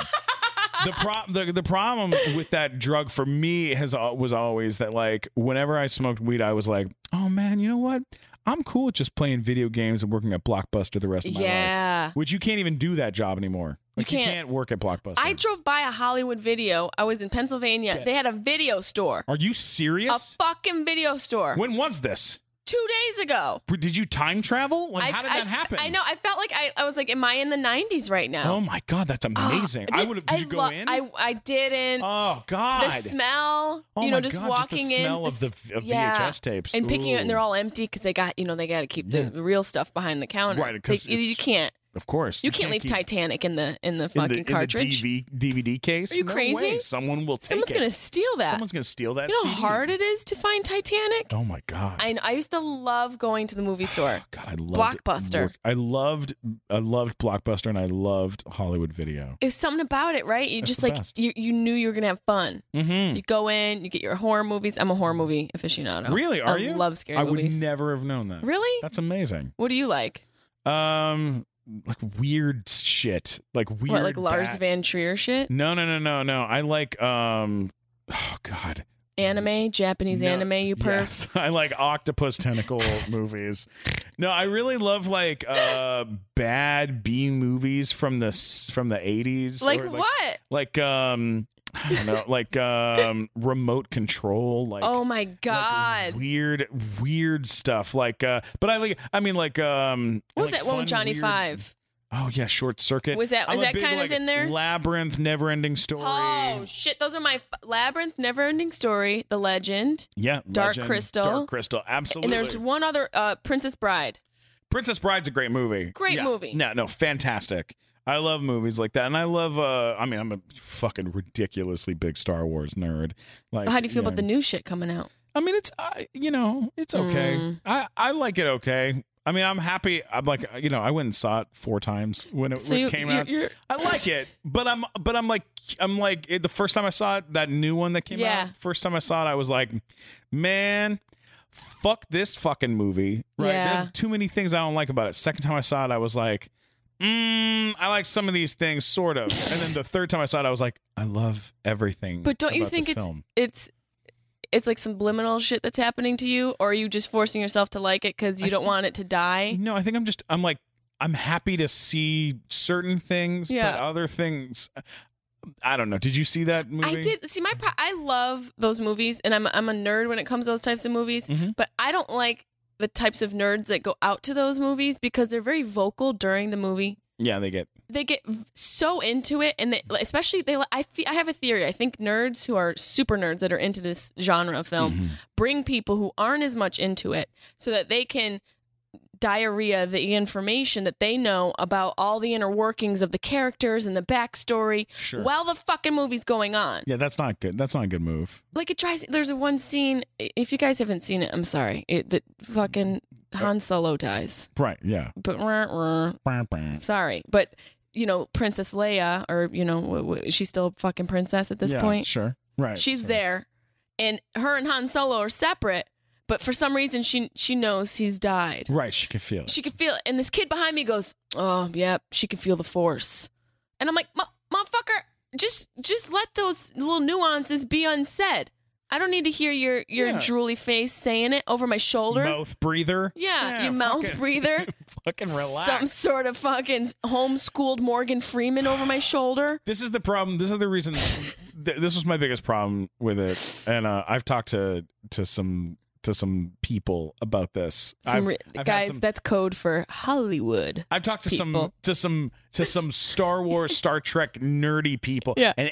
[SPEAKER 4] the pro- the, the problem with that drug for me has al- was always that like whenever I smoked weed, I was like, oh man, you know what? I'm cool with just playing video games and working at Blockbuster the rest of my
[SPEAKER 1] Yeah.
[SPEAKER 4] life. Which you can't even do that job anymore. Like you can't,
[SPEAKER 1] can't.
[SPEAKER 4] work at Blockbuster.
[SPEAKER 1] I drove by a Hollywood video. I was in Pennsylvania. They had a video store.
[SPEAKER 4] Are you
[SPEAKER 1] A
[SPEAKER 4] serious?
[SPEAKER 1] fucking video store.
[SPEAKER 4] when was this?
[SPEAKER 1] Two days ago.
[SPEAKER 4] W- Did you time travel? Like,
[SPEAKER 1] I-
[SPEAKER 4] how did
[SPEAKER 1] I-
[SPEAKER 4] that happen?
[SPEAKER 1] I know. I felt like I, I was like, am I in the 90s right now?
[SPEAKER 4] Oh my god, that's amazing. I
[SPEAKER 1] Did-
[SPEAKER 4] would have. Did you go
[SPEAKER 1] lo-
[SPEAKER 4] in?
[SPEAKER 1] I, I didn't.
[SPEAKER 4] oh god.
[SPEAKER 1] the smell,
[SPEAKER 4] Oh
[SPEAKER 1] you
[SPEAKER 4] my
[SPEAKER 1] know, just
[SPEAKER 4] God, just the
[SPEAKER 1] walking
[SPEAKER 4] smell
[SPEAKER 1] in,
[SPEAKER 4] of the
[SPEAKER 1] s-
[SPEAKER 4] v- of VHS tapes.
[SPEAKER 1] and picking it, and they're
[SPEAKER 4] Ooh.
[SPEAKER 1] all empty because they got, you know, they got to keep the real stuff behind the counter.
[SPEAKER 4] Right, 'cause
[SPEAKER 1] They- you, you
[SPEAKER 4] it's-
[SPEAKER 1] can't,
[SPEAKER 4] of course.
[SPEAKER 1] you can't, leave
[SPEAKER 4] keep-
[SPEAKER 1] Titanic in the in the
[SPEAKER 4] in
[SPEAKER 1] fucking
[SPEAKER 4] the, in the
[SPEAKER 1] cartridge.
[SPEAKER 4] DV DVD case.
[SPEAKER 1] Are you
[SPEAKER 4] No
[SPEAKER 1] crazy?
[SPEAKER 4] way. Someone will take
[SPEAKER 1] Someone's
[SPEAKER 4] it.
[SPEAKER 1] gonna steal that.
[SPEAKER 4] Someone's gonna steal that.
[SPEAKER 1] you know
[SPEAKER 4] CD.
[SPEAKER 1] how hard it is to find Titanic.
[SPEAKER 4] Oh my god.
[SPEAKER 1] I know, I used to love going to the movie store.
[SPEAKER 4] God, I loved
[SPEAKER 1] Blockbuster.
[SPEAKER 4] work- I loved, I loved Blockbuster, and I loved Hollywood Video.
[SPEAKER 1] It was something about it, right? You
[SPEAKER 4] That's
[SPEAKER 1] just
[SPEAKER 4] the
[SPEAKER 1] like
[SPEAKER 4] best.
[SPEAKER 1] you, you knew you were gonna have fun.
[SPEAKER 4] Mm-hmm.
[SPEAKER 1] You go in, you get your horror movies. I'm a horror movie aficionado.
[SPEAKER 4] Really? Are
[SPEAKER 1] I
[SPEAKER 4] you?
[SPEAKER 1] Love scary
[SPEAKER 4] I
[SPEAKER 1] movies.
[SPEAKER 4] would never have known that.
[SPEAKER 1] really?
[SPEAKER 4] That's amazing.
[SPEAKER 1] what do you like?
[SPEAKER 4] Um, like weird shit, like weird. Mm-hmm.
[SPEAKER 1] what like Lars
[SPEAKER 4] bad-
[SPEAKER 1] Van Trier shit?
[SPEAKER 4] No, no, no, no, no. I like um. Oh God.
[SPEAKER 1] Anime, Japanese
[SPEAKER 4] No,
[SPEAKER 1] anime, you perv.
[SPEAKER 4] yes. I like octopus tentacle movies. No, I really love like uh bad B movies from the s- from the eighties.
[SPEAKER 1] Like, what?
[SPEAKER 4] Like um, I don't know. like um, remote control. Like
[SPEAKER 1] oh my
[SPEAKER 4] like,
[SPEAKER 1] god.
[SPEAKER 4] weird, weird stuff. Like, uh, but I like. I mean, like, um,
[SPEAKER 1] what was
[SPEAKER 4] like
[SPEAKER 1] that one
[SPEAKER 4] fun,
[SPEAKER 1] with Johnny
[SPEAKER 4] weird-
[SPEAKER 1] Five?
[SPEAKER 4] Oh yeah, Short Circuit.
[SPEAKER 1] Was that-
[SPEAKER 4] I'm
[SPEAKER 1] was
[SPEAKER 4] a
[SPEAKER 1] that
[SPEAKER 4] big,
[SPEAKER 1] kind of
[SPEAKER 4] like,
[SPEAKER 1] in there?
[SPEAKER 4] Labyrinth, Never Ending Story.
[SPEAKER 1] Oh shit, those are my f- Labyrinth, Never Ending Story, The Legend.
[SPEAKER 4] yeah,
[SPEAKER 1] Dark
[SPEAKER 4] Legend,
[SPEAKER 1] Crystal.
[SPEAKER 4] Dark Crystal,
[SPEAKER 1] And
[SPEAKER 4] absolutely.
[SPEAKER 1] there's one other uh Princess Bride.
[SPEAKER 4] Princess Bride's a great movie.
[SPEAKER 1] Great
[SPEAKER 4] Yeah.
[SPEAKER 1] movie.
[SPEAKER 4] No, no, fantastic. I love movies like that, and I love. uh I mean, I'm a fucking ridiculously big Star Wars nerd. Like,
[SPEAKER 1] How do you feel about
[SPEAKER 4] know.
[SPEAKER 1] the new shit coming out?
[SPEAKER 4] I mean, it's I, you know, it's okay.
[SPEAKER 1] Mm.
[SPEAKER 4] I I like it okay. I mean, I'm happy. I'm like, you know, I went and saw it four times when it,
[SPEAKER 1] So
[SPEAKER 4] when it
[SPEAKER 1] you,
[SPEAKER 4] came
[SPEAKER 1] you're,
[SPEAKER 4] out.
[SPEAKER 1] you're-
[SPEAKER 4] I like it, but I'm but I'm like I'm like it, the first time I saw it, that new one that came
[SPEAKER 1] Yeah.
[SPEAKER 4] out. First time I saw it, I was like, man, fuck this fucking movie. Right?
[SPEAKER 1] Yeah.
[SPEAKER 4] There's too many things I don't like about it. Second time I saw it, I was like, mm, I like some of these things, sort of. and then the third time I saw it, I was like, I love everything.
[SPEAKER 1] But don't you
[SPEAKER 4] about
[SPEAKER 1] think
[SPEAKER 4] this
[SPEAKER 1] it's
[SPEAKER 4] film.
[SPEAKER 1] it's it's like subliminal shit that's happening to you, or are you just forcing yourself to like it because you
[SPEAKER 4] I
[SPEAKER 1] don't
[SPEAKER 4] think-
[SPEAKER 1] want it to die?
[SPEAKER 4] No, I think I'm just I'm like I'm happy to see certain things, but
[SPEAKER 1] Yeah.
[SPEAKER 4] other things I don't know. Did you see that movie?
[SPEAKER 1] I did see my. Pro- I love those movies, and I'm I'm a nerd when it comes to those types of movies.
[SPEAKER 4] Mhm.
[SPEAKER 1] But I don't like the types of nerds that go out to those movies because they're very vocal during the movie.
[SPEAKER 4] Yeah, they get
[SPEAKER 1] They get v- so into it, and they, like, especially they. li- I fe- I have a theory. I think nerds who are super nerds that are into this genre of film
[SPEAKER 4] Mm-hmm.
[SPEAKER 1] bring people who aren't as much into it, so that they can diarrhea the information that they know about all the inner workings of the characters and the backstory
[SPEAKER 4] Sure.
[SPEAKER 1] while the fucking movie's going on
[SPEAKER 4] Yeah, that's not good. That's not a good move.
[SPEAKER 1] like it drives. There's a one scene. If you guys haven't seen it, I'm sorry. It that fucking Han Solo dies,
[SPEAKER 4] Right, yeah.
[SPEAKER 1] but rah, rah, sorry, but you know Princess Leia, or you know w- w- she's still a fucking princess at this
[SPEAKER 4] Yeah,
[SPEAKER 1] point.
[SPEAKER 4] Sure. Right.
[SPEAKER 1] she's
[SPEAKER 4] right.
[SPEAKER 1] there, and her and Han Solo are separate, but for some reason she she knows he's died.
[SPEAKER 4] Right, she can feel it.
[SPEAKER 1] She can feel it, and this kid behind me goes, "Oh, yeah, she can feel the force," and I'm like, "Mo- "Motherfucker, just just let those little nuances be unsaid. I don't need to hear your your
[SPEAKER 4] Yeah.
[SPEAKER 1] drooly face saying it over my shoulder.
[SPEAKER 4] Mouth breather.
[SPEAKER 1] Yeah, your mouth
[SPEAKER 4] fucking-
[SPEAKER 1] breather,
[SPEAKER 4] Fucking relax.
[SPEAKER 1] some sort of fucking homeschooled Morgan Freeman over my shoulder.
[SPEAKER 4] This is the problem. This is the reason. th- this was my biggest problem with it, and uh, I've talked to to some to some people about this.
[SPEAKER 1] Some
[SPEAKER 4] I've-
[SPEAKER 1] re-
[SPEAKER 4] I've had
[SPEAKER 1] guys,
[SPEAKER 4] some-
[SPEAKER 1] that's code for Hollywood.
[SPEAKER 4] I've talked to some
[SPEAKER 1] people.
[SPEAKER 4] to some to some Star Wars, Star Trek nerdy people.
[SPEAKER 1] Yeah.
[SPEAKER 4] And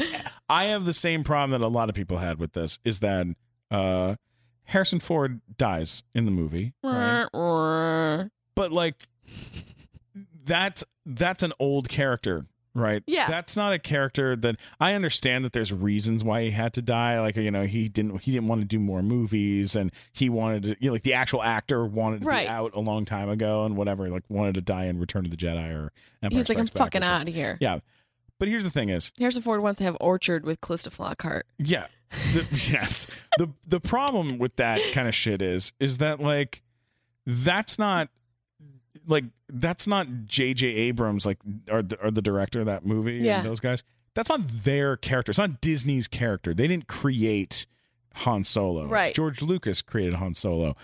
[SPEAKER 4] I have the same problem that a lot of people had with this is that uh Harrison Ford dies in the movie. Right? But like that's that's an old character, right?
[SPEAKER 1] Yeah.
[SPEAKER 4] That's not a character that I understand that there's reasons why he had to die. Like, you know, he didn't he didn't want to do more movies and he wanted to you know, like the actual actor wanted to
[SPEAKER 1] Right.
[SPEAKER 4] be out a long time ago and whatever, like wanted to die in Return of the Jedi or Empire
[SPEAKER 1] He was like, "I'm
[SPEAKER 4] Strikes Back or
[SPEAKER 1] fucking
[SPEAKER 4] something."
[SPEAKER 1] out of here."
[SPEAKER 4] Yeah. But here's the thing is,
[SPEAKER 1] Harrison Ford wants to have orchard with Calista Flockhart.
[SPEAKER 4] yeah. The, yes. The the problem with that kind of shit is is that like that's not like that's not JJ Abrams like or the- or the director of that movie
[SPEAKER 1] Yeah.
[SPEAKER 4] and those guys. That's not their character. It's not Disney's character. They didn't create Han Solo.
[SPEAKER 1] Right.
[SPEAKER 4] George Lucas created Han Solo.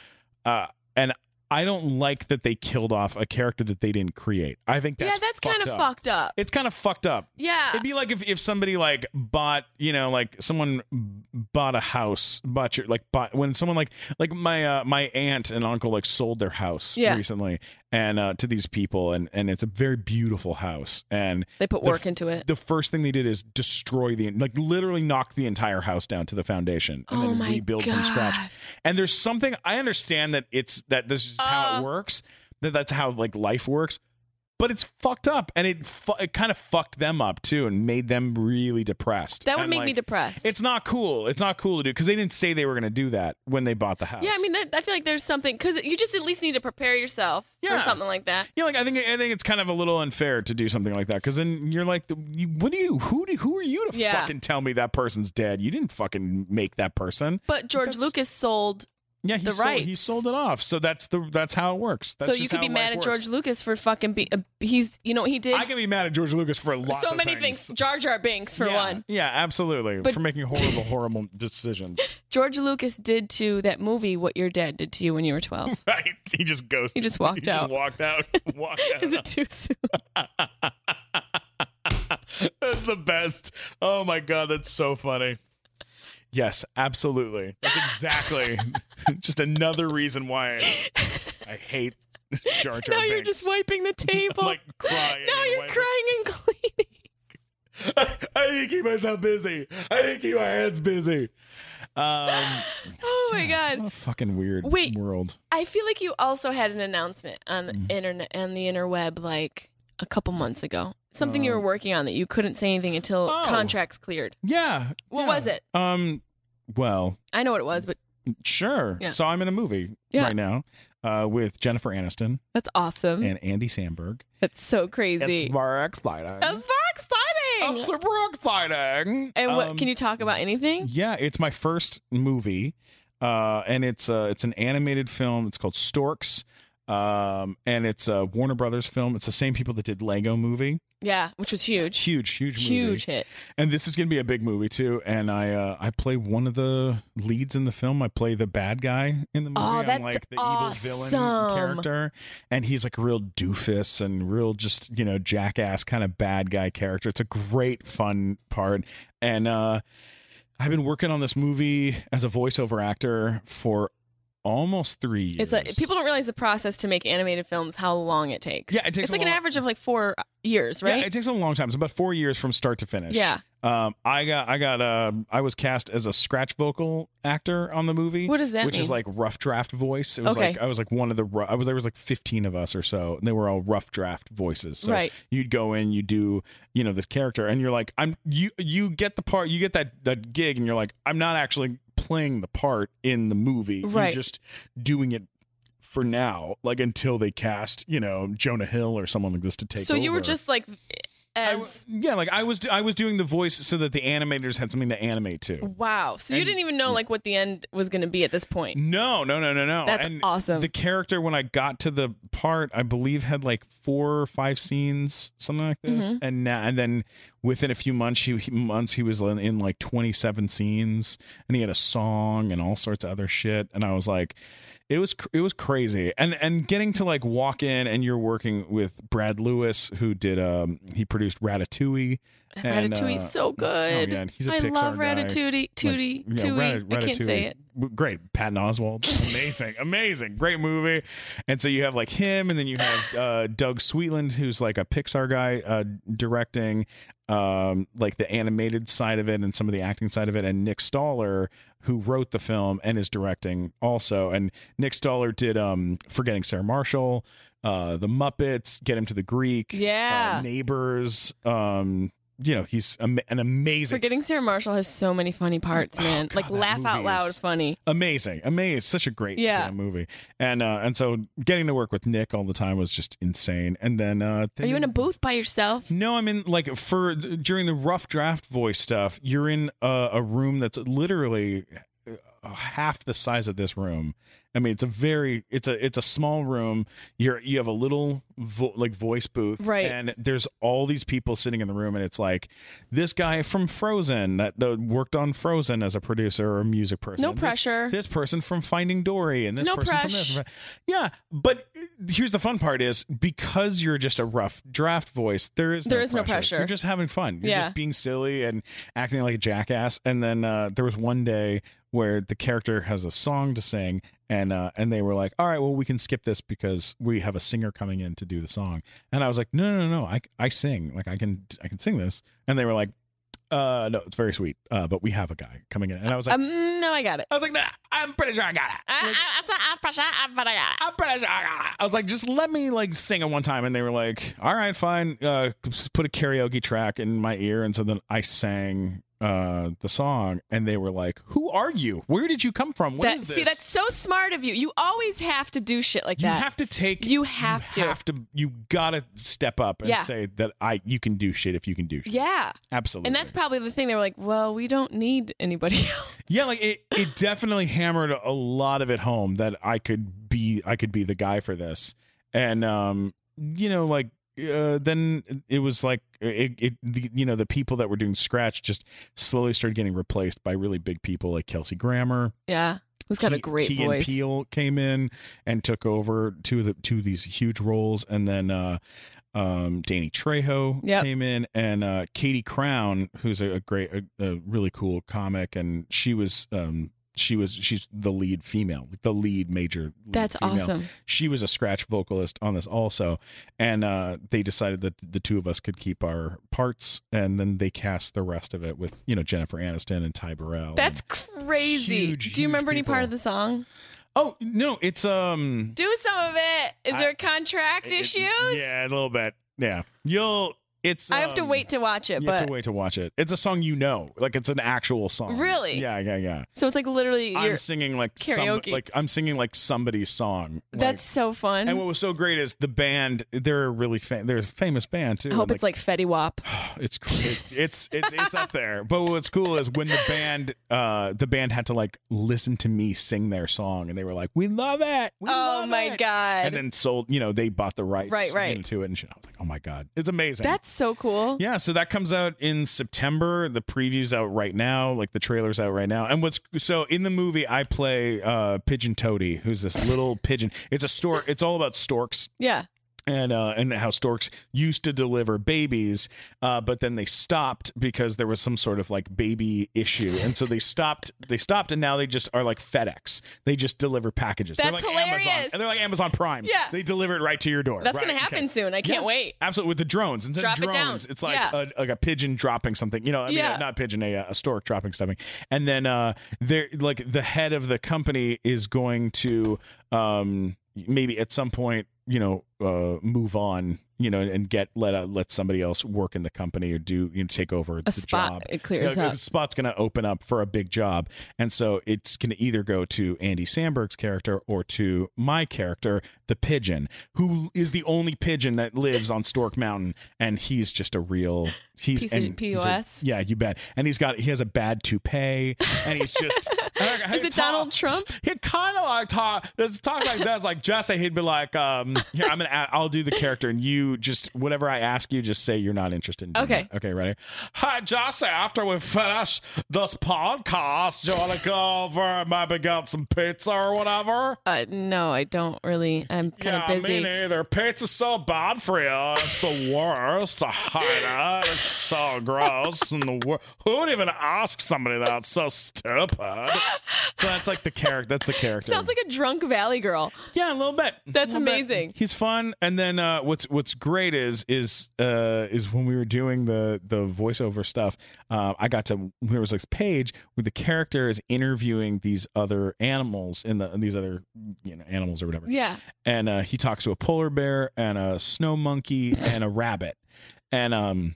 [SPEAKER 4] Uh and I don't like that they killed off a character that they didn't create. I think that's
[SPEAKER 1] yeah, that's kind of
[SPEAKER 4] up.
[SPEAKER 1] fucked up.
[SPEAKER 4] It's kind of fucked up.
[SPEAKER 1] Yeah.
[SPEAKER 4] It'd be like if, if somebody like bought, you know, like someone bought a house, bought your like bought when someone like like my uh, my aunt and uncle like sold their house
[SPEAKER 1] Yeah.
[SPEAKER 4] recently and uh, to these people and and it's a very beautiful house and
[SPEAKER 1] They put
[SPEAKER 4] the
[SPEAKER 1] work
[SPEAKER 4] f-
[SPEAKER 1] into it.
[SPEAKER 4] The first thing they did is destroy the like literally knock the entire house down to the foundation
[SPEAKER 1] Oh
[SPEAKER 4] and then
[SPEAKER 1] my
[SPEAKER 4] rebuild from scratch.
[SPEAKER 1] God.
[SPEAKER 4] And there's something I understand that it's that this is
[SPEAKER 1] Uh.
[SPEAKER 4] how it works, that that's how like life works, but it's fucked up and it fu- it kind of fucked them up too and made them really depressed.
[SPEAKER 1] That would
[SPEAKER 4] And,
[SPEAKER 1] make me
[SPEAKER 4] like,
[SPEAKER 1] depressed.
[SPEAKER 4] It's not cool. It's not cool to do because they didn't say they were going to do that when they bought the house.
[SPEAKER 1] yeah, I mean, that, I feel like there's something because you just at least need to prepare yourself
[SPEAKER 4] Yeah.
[SPEAKER 1] for something like that.
[SPEAKER 4] Yeah, like I think I think it's kind of a little unfair to do something like that because then you're like, you, what do you who do, who are you to
[SPEAKER 1] Yeah.
[SPEAKER 4] fucking tell me that person's dead? You didn't fucking make that person.
[SPEAKER 1] But George
[SPEAKER 4] That's-
[SPEAKER 1] Lucas sold,
[SPEAKER 4] Yeah, he
[SPEAKER 1] The
[SPEAKER 4] sold, he
[SPEAKER 1] rights.
[SPEAKER 4] sold it off. So that's the that's how it works. That's
[SPEAKER 1] so
[SPEAKER 4] just
[SPEAKER 1] you could
[SPEAKER 4] how
[SPEAKER 1] be mad
[SPEAKER 4] life
[SPEAKER 1] at
[SPEAKER 4] works.
[SPEAKER 1] George Lucas for fucking be. Uh, he's, you know, what he did
[SPEAKER 4] I can be mad at George Lucas for lots
[SPEAKER 1] so
[SPEAKER 4] of
[SPEAKER 1] many
[SPEAKER 4] things.
[SPEAKER 1] things. Jar Jar Binks for
[SPEAKER 4] yeah,
[SPEAKER 1] one.
[SPEAKER 4] yeah, absolutely,
[SPEAKER 1] But-
[SPEAKER 4] for making horrible, horrible decisions.
[SPEAKER 1] George Lucas did to that movie what your dad did to you when you were 12.
[SPEAKER 4] Right? He just goes.
[SPEAKER 1] He just walked out.
[SPEAKER 4] walked out. Walked out.
[SPEAKER 1] Is it too soon?
[SPEAKER 4] That's the best. Oh my god, that's so funny. Yes, absolutely. That's exactly just another reason why I, I hate Jar Jar
[SPEAKER 1] now you're
[SPEAKER 4] Binks.
[SPEAKER 1] just wiping the table.
[SPEAKER 4] I'm like crying.
[SPEAKER 1] now
[SPEAKER 4] and
[SPEAKER 1] you're
[SPEAKER 4] wiping-
[SPEAKER 1] crying and cleaning.
[SPEAKER 4] I didn't keep myself busy. I didn't keep my hands busy. Um,
[SPEAKER 1] Oh my god.
[SPEAKER 4] what a fucking weird
[SPEAKER 1] Wait.
[SPEAKER 4] world.
[SPEAKER 1] I feel like you also had an announcement on the
[SPEAKER 4] Mm.
[SPEAKER 1] internet and the interweb like a couple months ago. Something
[SPEAKER 4] Uh.
[SPEAKER 1] you were working on that you couldn't say anything until
[SPEAKER 4] Oh.
[SPEAKER 1] contracts cleared.
[SPEAKER 4] Yeah.
[SPEAKER 1] What
[SPEAKER 4] yeah.
[SPEAKER 1] was it?
[SPEAKER 4] Um. Well,
[SPEAKER 1] I know what it was, but
[SPEAKER 4] sure.
[SPEAKER 1] Yeah.
[SPEAKER 4] So I'm in a movie
[SPEAKER 1] Yeah.
[SPEAKER 4] right now uh, with Jennifer Aniston
[SPEAKER 1] that's awesome.
[SPEAKER 4] and Andy Samberg.
[SPEAKER 1] that's so crazy.
[SPEAKER 4] It's very
[SPEAKER 1] That's
[SPEAKER 4] exciting.
[SPEAKER 1] very exciting.
[SPEAKER 4] I'm super exciting.
[SPEAKER 1] and what
[SPEAKER 4] Oh, Um,
[SPEAKER 1] can you talk about anything?
[SPEAKER 4] Yeah, it's my first movie, uh, and it's uh, it's an animated film. It's called Storks, um, and it's a Warner Brothers film. It's the same people that did Lego Movie.
[SPEAKER 1] Yeah, which was huge.
[SPEAKER 4] Huge, huge, movie.
[SPEAKER 1] Huge hit.
[SPEAKER 4] And this is going to be a big movie too. And I uh, I play one of the leads in the film. I play the bad guy in the movie.
[SPEAKER 1] Oh,
[SPEAKER 4] I'm
[SPEAKER 1] that's
[SPEAKER 4] like the evil villain
[SPEAKER 1] awesome.
[SPEAKER 4] character, and he's like a real doofus and real just you know jackass kind of bad guy character. It's a great fun part, and uh, I've been working on this movie as a voiceover actor for almost three years.
[SPEAKER 1] It's like people don't realize the process to make animated films, how long it takes.
[SPEAKER 4] Yeah, it takes
[SPEAKER 1] It's
[SPEAKER 4] a
[SPEAKER 1] like an
[SPEAKER 4] long-
[SPEAKER 1] average of like four years,
[SPEAKER 4] Yeah,
[SPEAKER 1] right?
[SPEAKER 4] it takes a long time. It's about four years from start to finish.
[SPEAKER 1] Yeah.
[SPEAKER 4] Um, I got, I got, uh, I was cast as a scratch vocal actor on the movie.
[SPEAKER 1] What does that
[SPEAKER 4] Which is
[SPEAKER 1] mean?
[SPEAKER 4] like rough draft voice. It was
[SPEAKER 1] Okay.
[SPEAKER 4] like I was like one of the. ru- I was there was like fifteen of us or so, and they were all rough draft voices. So
[SPEAKER 1] Right.
[SPEAKER 4] You'd go in, you do, you know, this character, and you're like, I'm you. You get the part, you get that that gig, and you're like, I'm not actually playing the part in the movie.
[SPEAKER 1] Right.
[SPEAKER 4] You're just doing it. For now, like until they cast, you know, Jonah Hill or someone like this to take.
[SPEAKER 1] so you were
[SPEAKER 4] over.
[SPEAKER 1] just like
[SPEAKER 4] I
[SPEAKER 1] as
[SPEAKER 4] w- yeah, like I was I was doing the voice so that the animators had something to animate to.
[SPEAKER 1] wow. So you
[SPEAKER 4] and-
[SPEAKER 1] didn't even know like what the end was going to be at this point.
[SPEAKER 4] No, no, no, no, no.
[SPEAKER 1] That's
[SPEAKER 4] and
[SPEAKER 1] awesome.
[SPEAKER 4] The character when I got to the part, I believe had like four or five scenes, something like this.
[SPEAKER 1] Mm-hmm.
[SPEAKER 4] And now, and then within a few months, he he- months he was in, in like twenty seven scenes, and he had a song and all sorts of other shit. And I was like, it was cr- it was crazy and and getting to like walk in and you're working with Brad Lewis who did um he produced Ratatouille and,
[SPEAKER 1] Ratatouille's
[SPEAKER 4] uh,
[SPEAKER 1] so good.
[SPEAKER 4] oh, yeah, and he's a
[SPEAKER 1] I
[SPEAKER 4] Pixar
[SPEAKER 1] love
[SPEAKER 4] guy.
[SPEAKER 1] Ratatouille. Tootie.
[SPEAKER 4] Like, yeah,
[SPEAKER 1] Tootie.
[SPEAKER 4] Rat-
[SPEAKER 1] I can't say it.
[SPEAKER 4] Ratatouille. Great, Patton Oswald, amazing, amazing, great movie. And so you have like him, and then you have uh, Doug Sweetland, who's like a Pixar guy uh, directing, um, like the animated side of it and some of the acting side of it, and Nick Staller, who wrote the film and is directing also. And Nick Staller did um, Forgetting Sarah Marshall, uh, The Muppets, Get Him to the Greek,
[SPEAKER 1] Yeah.
[SPEAKER 4] uh, Neighbors. Um, you know, he's am- an amazing
[SPEAKER 1] Forgetting Sarah Marshall has so many funny parts, man.
[SPEAKER 4] Oh, God,
[SPEAKER 1] like
[SPEAKER 4] that
[SPEAKER 1] laugh out
[SPEAKER 4] movie
[SPEAKER 1] loud
[SPEAKER 4] is-
[SPEAKER 1] funny.
[SPEAKER 4] amazing amazing such a great
[SPEAKER 1] Yeah.
[SPEAKER 4] damn movie and uh and so getting to work with nick all the time was just insane and then uh
[SPEAKER 1] Are
[SPEAKER 4] then
[SPEAKER 1] you in a booth by yourself?
[SPEAKER 4] no i'm in like for during the rough draft voice stuff you're in a, a room that's literally uh, half the size of this room I mean, it's a very it's a it's a small room. You're you have a little vo- like voice booth,
[SPEAKER 1] Right.
[SPEAKER 4] And there's all these people sitting in the room, and it's like this guy from Frozen that, that worked on Frozen as a producer or a music person.
[SPEAKER 1] No
[SPEAKER 4] and this-
[SPEAKER 1] pressure.
[SPEAKER 4] This, person from Finding Dory, and this
[SPEAKER 1] No
[SPEAKER 4] person from this.
[SPEAKER 1] pressure.
[SPEAKER 4] Yeah, but uh, here's the fun part: is because you're just a rough draft voice, there is
[SPEAKER 1] There
[SPEAKER 4] no
[SPEAKER 1] is no
[SPEAKER 4] pressure.
[SPEAKER 1] pressure.
[SPEAKER 4] You're just having fun. You're
[SPEAKER 1] Yeah.
[SPEAKER 4] just being silly and acting like a jackass. And then uh, there was one day where the character has a song to sing, and uh, and they were like, "All right, well, we can skip this because we have a singer coming in to do the song." And I was like, "No, no, no, no! I I sing like I can I can sing this." And they were like, "Uh, no, it's very sweet, uh, but we have a guy coming in." And I was like,
[SPEAKER 1] Um, no, I got it.
[SPEAKER 4] "I was like, nah, I'm pretty sure I got it."
[SPEAKER 1] I, I, it's not I'm pressure, I- but I got it.
[SPEAKER 4] I'm pretty sure I got it. I was like, just let me like sing it one time, and they were like, "All right, fine." Uh, put a karaoke track in my ear, and so then I sang uh the song, and they were like, "Who are you? Where did you come from? What
[SPEAKER 1] That-
[SPEAKER 4] is this?"
[SPEAKER 1] see, that's so smart of you. You always have to do shit like
[SPEAKER 4] you
[SPEAKER 1] that.
[SPEAKER 4] have to take.
[SPEAKER 1] You have
[SPEAKER 4] You
[SPEAKER 1] to.
[SPEAKER 4] have to. You gotta step up and
[SPEAKER 1] Yeah.
[SPEAKER 4] say that I. You can do shit if you can do shit.
[SPEAKER 1] yeah.
[SPEAKER 4] absolutely.
[SPEAKER 1] And that's probably the thing. They were like, well, we don't need anybody else.
[SPEAKER 4] Yeah, like it, it definitely hammered a lot of it home that I could be I could be the guy for this. And um you know like uh, then it was like it, it the, you know the people that were doing scratch just slowly started getting replaced by really big people like Kelsey Grammer.
[SPEAKER 1] Yeah. Who's got a
[SPEAKER 4] Key-
[SPEAKER 1] great
[SPEAKER 4] Key
[SPEAKER 1] voice?
[SPEAKER 4] and Peele came in and took over two of the two of these huge roles, and then uh, um, Danny Trejo
[SPEAKER 1] Yep.
[SPEAKER 4] came in, and uh, Katie Crown, who's a, a great, a, a really cool comic, and she was. Um, she was she's the lead female, the lead major. lead
[SPEAKER 1] That's
[SPEAKER 4] female.
[SPEAKER 1] awesome.
[SPEAKER 4] She was a scratch vocalist on this also, and uh, they decided that the two of us could keep our parts, and then they cast the rest of it with you know Jennifer Aniston and Ty Burrell. and-
[SPEAKER 1] That's crazy.
[SPEAKER 4] Huge,
[SPEAKER 1] do you
[SPEAKER 4] huge
[SPEAKER 1] remember any part
[SPEAKER 4] people.
[SPEAKER 1] of the song?
[SPEAKER 4] Oh no, it's um
[SPEAKER 1] Do some of it. Is there contract
[SPEAKER 4] it-
[SPEAKER 1] issues?
[SPEAKER 4] Yeah, a little bit. Yeah, you'll. It's.
[SPEAKER 1] I have to
[SPEAKER 4] um,
[SPEAKER 1] wait to watch it,
[SPEAKER 4] You
[SPEAKER 1] but
[SPEAKER 4] have to wait to watch it. It's a song you know, like it's an actual song.
[SPEAKER 1] Really?
[SPEAKER 4] Yeah, yeah, yeah.
[SPEAKER 1] so it's like literally you're,
[SPEAKER 4] I'm singing like
[SPEAKER 1] karaoke.
[SPEAKER 4] Some, like I'm singing like somebody's song. Like-
[SPEAKER 1] that's so fun.
[SPEAKER 4] and what was so great is the band. They're a really fam- they're a famous band too.
[SPEAKER 1] I hope
[SPEAKER 4] and,
[SPEAKER 1] it's like Fetty Wap.
[SPEAKER 4] it's it, it's it's it's up there. But what's cool is when the band uh the band had to like listen to me sing their song, and they were like, "We love it." We
[SPEAKER 1] Oh
[SPEAKER 4] love
[SPEAKER 1] my
[SPEAKER 4] it."
[SPEAKER 1] god.
[SPEAKER 4] and then sold you know they bought the rights
[SPEAKER 1] Right, right.
[SPEAKER 4] you know, to it and shit. I was like oh my god it's amazing
[SPEAKER 1] that's so cool.
[SPEAKER 4] yeah so that comes out in September the previews out right now like the trailers out right now and what's so in the movie I play uh pigeon toady who's this little pigeon it's a stork it's all about storks
[SPEAKER 1] Yeah.
[SPEAKER 4] and uh, and how storks used to deliver babies, uh, but then they stopped because there was some sort of like baby issue, and so they stopped. They stopped, and now they just are like FedEx. They just deliver packages. they're like
[SPEAKER 1] That's
[SPEAKER 4] Amazon,
[SPEAKER 1] hilarious.
[SPEAKER 4] and they're like Amazon Prime.
[SPEAKER 1] Yeah.
[SPEAKER 4] they deliver it right to your door.
[SPEAKER 1] That's
[SPEAKER 4] Right,
[SPEAKER 1] gonna happen
[SPEAKER 4] okay.
[SPEAKER 1] soon. I can't
[SPEAKER 4] Yeah.
[SPEAKER 1] wait.
[SPEAKER 4] Absolutely, with the drones instead
[SPEAKER 1] Drop
[SPEAKER 4] of
[SPEAKER 1] it down.
[SPEAKER 4] drones, it's like
[SPEAKER 1] Yeah.
[SPEAKER 4] a, like a pigeon dropping something. You know, I mean,
[SPEAKER 1] Yeah.
[SPEAKER 4] not pigeon, a, a stork dropping something. And then uh, there, like the head of the company is going to um, maybe at some point, you know, uh, move on, you know, and get let uh, let somebody else work in the company or do you know, take over
[SPEAKER 1] A
[SPEAKER 4] the
[SPEAKER 1] spot
[SPEAKER 4] job.
[SPEAKER 1] it clears
[SPEAKER 4] You know,
[SPEAKER 1] up.
[SPEAKER 4] a spot's going to open up for a big job, and so it's going to either go to Andy Samberg's character or to my character, the pigeon, who is the only pigeon that lives on Stork Mountain, and he's just a real he's
[SPEAKER 1] Piece of
[SPEAKER 4] and he's a-
[SPEAKER 1] POS.
[SPEAKER 4] yeah, you bet. And he's got he has a bad toupee, and he's just
[SPEAKER 1] Is it Donald Trump?
[SPEAKER 4] he kind of like talk. There's talk like that's like Jesse. He'd be like, um, "Here, I'm gonna. a- I'll do the character, and you just whatever I ask you, just say you're not interested." in doing
[SPEAKER 1] Okay.
[SPEAKER 4] that." Okay. Ready? Hi, Jesse. After we finish this podcast, do you want to go over and maybe get some pizza or whatever?
[SPEAKER 1] Uh, no, I don't really. I'm kind of
[SPEAKER 4] yeah,
[SPEAKER 1] busy.
[SPEAKER 4] me neither. Pizza's so bad for you. It's the worst. I hate it. It's so gross. And the wor- who would even ask somebody that? It's so stupid. So that's like the character. That's the character.
[SPEAKER 1] Sounds like a drunk Valley girl.
[SPEAKER 4] Yeah, a little bit.
[SPEAKER 1] That's
[SPEAKER 4] A little bit.
[SPEAKER 1] amazing.
[SPEAKER 4] He's fun. And then uh, what's what's great is is uh, is when we were doing the the voiceover stuff, uh, I got to there was this page where the character is interviewing these other animals in the these other you know animals or whatever.
[SPEAKER 1] Yeah.
[SPEAKER 4] And uh, he talks to a polar bear and a snow monkey and a rabbit. And um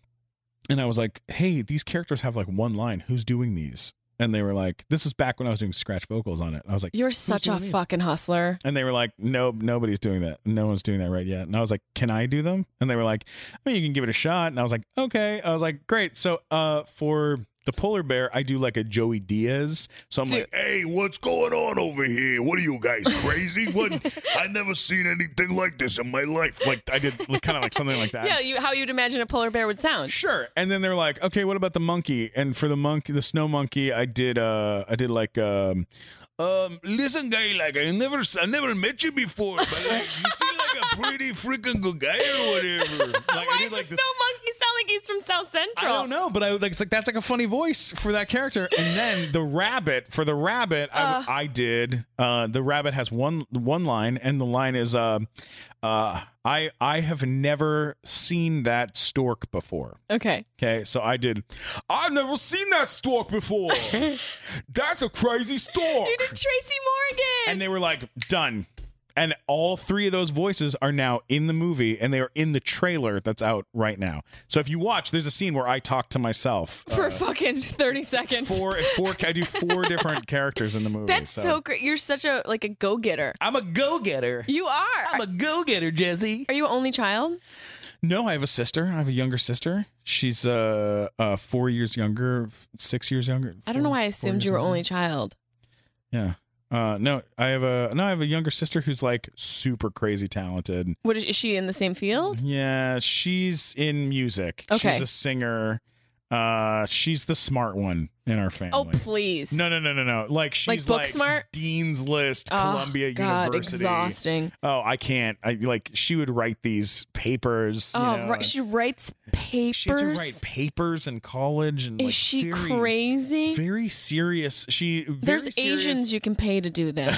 [SPEAKER 4] and I was like, "Hey, these characters have like one line. Who's doing these?" And they were like, "This is back when I was doing scratch vocals on it." I was like,
[SPEAKER 1] You're
[SPEAKER 4] "Who's
[SPEAKER 1] such a
[SPEAKER 4] doing these?"
[SPEAKER 1] fucking hustler.
[SPEAKER 4] And they were like, no, nobody's doing that. No one's doing that right yet. And I was like, can I do them? And they were like, I mean, you can give it a shot. And I was like, okay. I was like, great. So, uh, for the polar bear, I do like a Joey Diaz. So I'm
[SPEAKER 1] Dude.
[SPEAKER 4] like,
[SPEAKER 6] Hey, what's going on over here? What are you guys crazy? What? I never seen anything like this in my life. Like,
[SPEAKER 4] like I did kind of like something like that.
[SPEAKER 1] Yeah, you, how you'd imagine a polar bear would sound.
[SPEAKER 4] Sure. And then they're like, okay, what about the monkey? And for the monkey, the snow monkey, I did, uh, I did like, um, um,
[SPEAKER 6] listen, guy, like I never, I never met you before, but like, you seem like a pretty freaking good guy or whatever.
[SPEAKER 4] like I
[SPEAKER 1] Why does
[SPEAKER 4] did
[SPEAKER 1] the
[SPEAKER 4] like this.
[SPEAKER 1] snow monkey sound like he's from South
[SPEAKER 4] I
[SPEAKER 1] Central?
[SPEAKER 4] don't know, but I would like it's like that's like a funny voice for that character. And then the rabbit for the rabbit, I, I did. Uh, the rabbit has one one line, and the line is, uh, uh, I I have never seen that stork before.
[SPEAKER 1] Okay.
[SPEAKER 4] Okay, so I did.
[SPEAKER 3] I've never seen that stork before. That's a crazy stork.
[SPEAKER 1] You did Tracy
[SPEAKER 4] and
[SPEAKER 1] Morgan.
[SPEAKER 4] they were like done and all three of those voices are now in the movie and they are in the trailer that's out right now so if you watch there's a scene where i talk to myself Uh,
[SPEAKER 1] for fucking 30 seconds.
[SPEAKER 4] four four i do four different characters in the movie
[SPEAKER 1] That's so, great. You're such a like a go-getter.
[SPEAKER 4] i'm a go-getter
[SPEAKER 1] You are.
[SPEAKER 4] a go-getter jesse
[SPEAKER 1] are you an only child?
[SPEAKER 4] no i have a sister i have a younger sister she's uh, uh four years younger f- six years younger
[SPEAKER 1] I don't know
[SPEAKER 4] four-
[SPEAKER 1] why I
[SPEAKER 4] four
[SPEAKER 1] assumed
[SPEAKER 4] years
[SPEAKER 1] you were
[SPEAKER 4] younger.
[SPEAKER 1] only child.
[SPEAKER 4] yeah uh no i have a no i have a younger sister who's like super crazy talented
[SPEAKER 1] What is, is she in the same field?
[SPEAKER 4] Yeah, she's in music.
[SPEAKER 1] Okay.
[SPEAKER 4] She's a singer. Uh, she's the smart one in our family.
[SPEAKER 1] Oh, please.
[SPEAKER 4] No, no, no, no, no. Like she's
[SPEAKER 1] Like book smart?
[SPEAKER 4] Dean's List,
[SPEAKER 1] Oh,
[SPEAKER 4] Columbia
[SPEAKER 1] God,
[SPEAKER 4] University.
[SPEAKER 1] exhausting.
[SPEAKER 4] Oh, I can't. I like she would write these papers. you
[SPEAKER 1] oh,
[SPEAKER 4] know,
[SPEAKER 1] right. She writes papers.
[SPEAKER 4] she had to write papers in college. And
[SPEAKER 1] is
[SPEAKER 4] like,
[SPEAKER 1] she
[SPEAKER 4] very,
[SPEAKER 1] crazy?
[SPEAKER 4] Very serious. She very
[SPEAKER 1] There's
[SPEAKER 4] serious-
[SPEAKER 1] Asians you can pay to do that.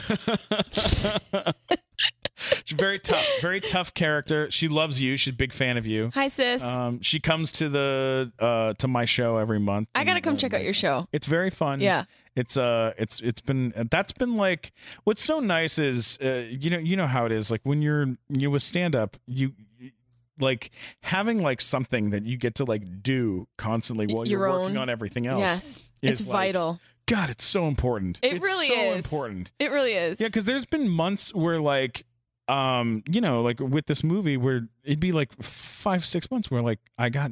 [SPEAKER 4] She's very tough. Very tough character. She loves you. She's a big fan of you.
[SPEAKER 1] Hi, sis.
[SPEAKER 4] Um, she comes to the uh to my show every month.
[SPEAKER 1] I gotta
[SPEAKER 4] and,
[SPEAKER 1] come
[SPEAKER 4] uh,
[SPEAKER 1] check out your show.
[SPEAKER 4] It's very fun.
[SPEAKER 1] Yeah.
[SPEAKER 4] It's uh it's it's been that's been like what's so nice is uh, you know you know how it is like when you're you know, with stand up you like having like something that you get to like do constantly while
[SPEAKER 1] Your
[SPEAKER 4] you're working
[SPEAKER 1] own-
[SPEAKER 4] on everything else.
[SPEAKER 1] Yes,
[SPEAKER 4] is,
[SPEAKER 1] it's
[SPEAKER 4] like-
[SPEAKER 1] vital.
[SPEAKER 4] God, it's so important.
[SPEAKER 1] It
[SPEAKER 4] It's
[SPEAKER 1] really
[SPEAKER 4] so
[SPEAKER 1] is.
[SPEAKER 4] important.
[SPEAKER 1] It really is.
[SPEAKER 4] Yeah, because there's been months where like um you know like with this movie where it'd be like five six months where like I got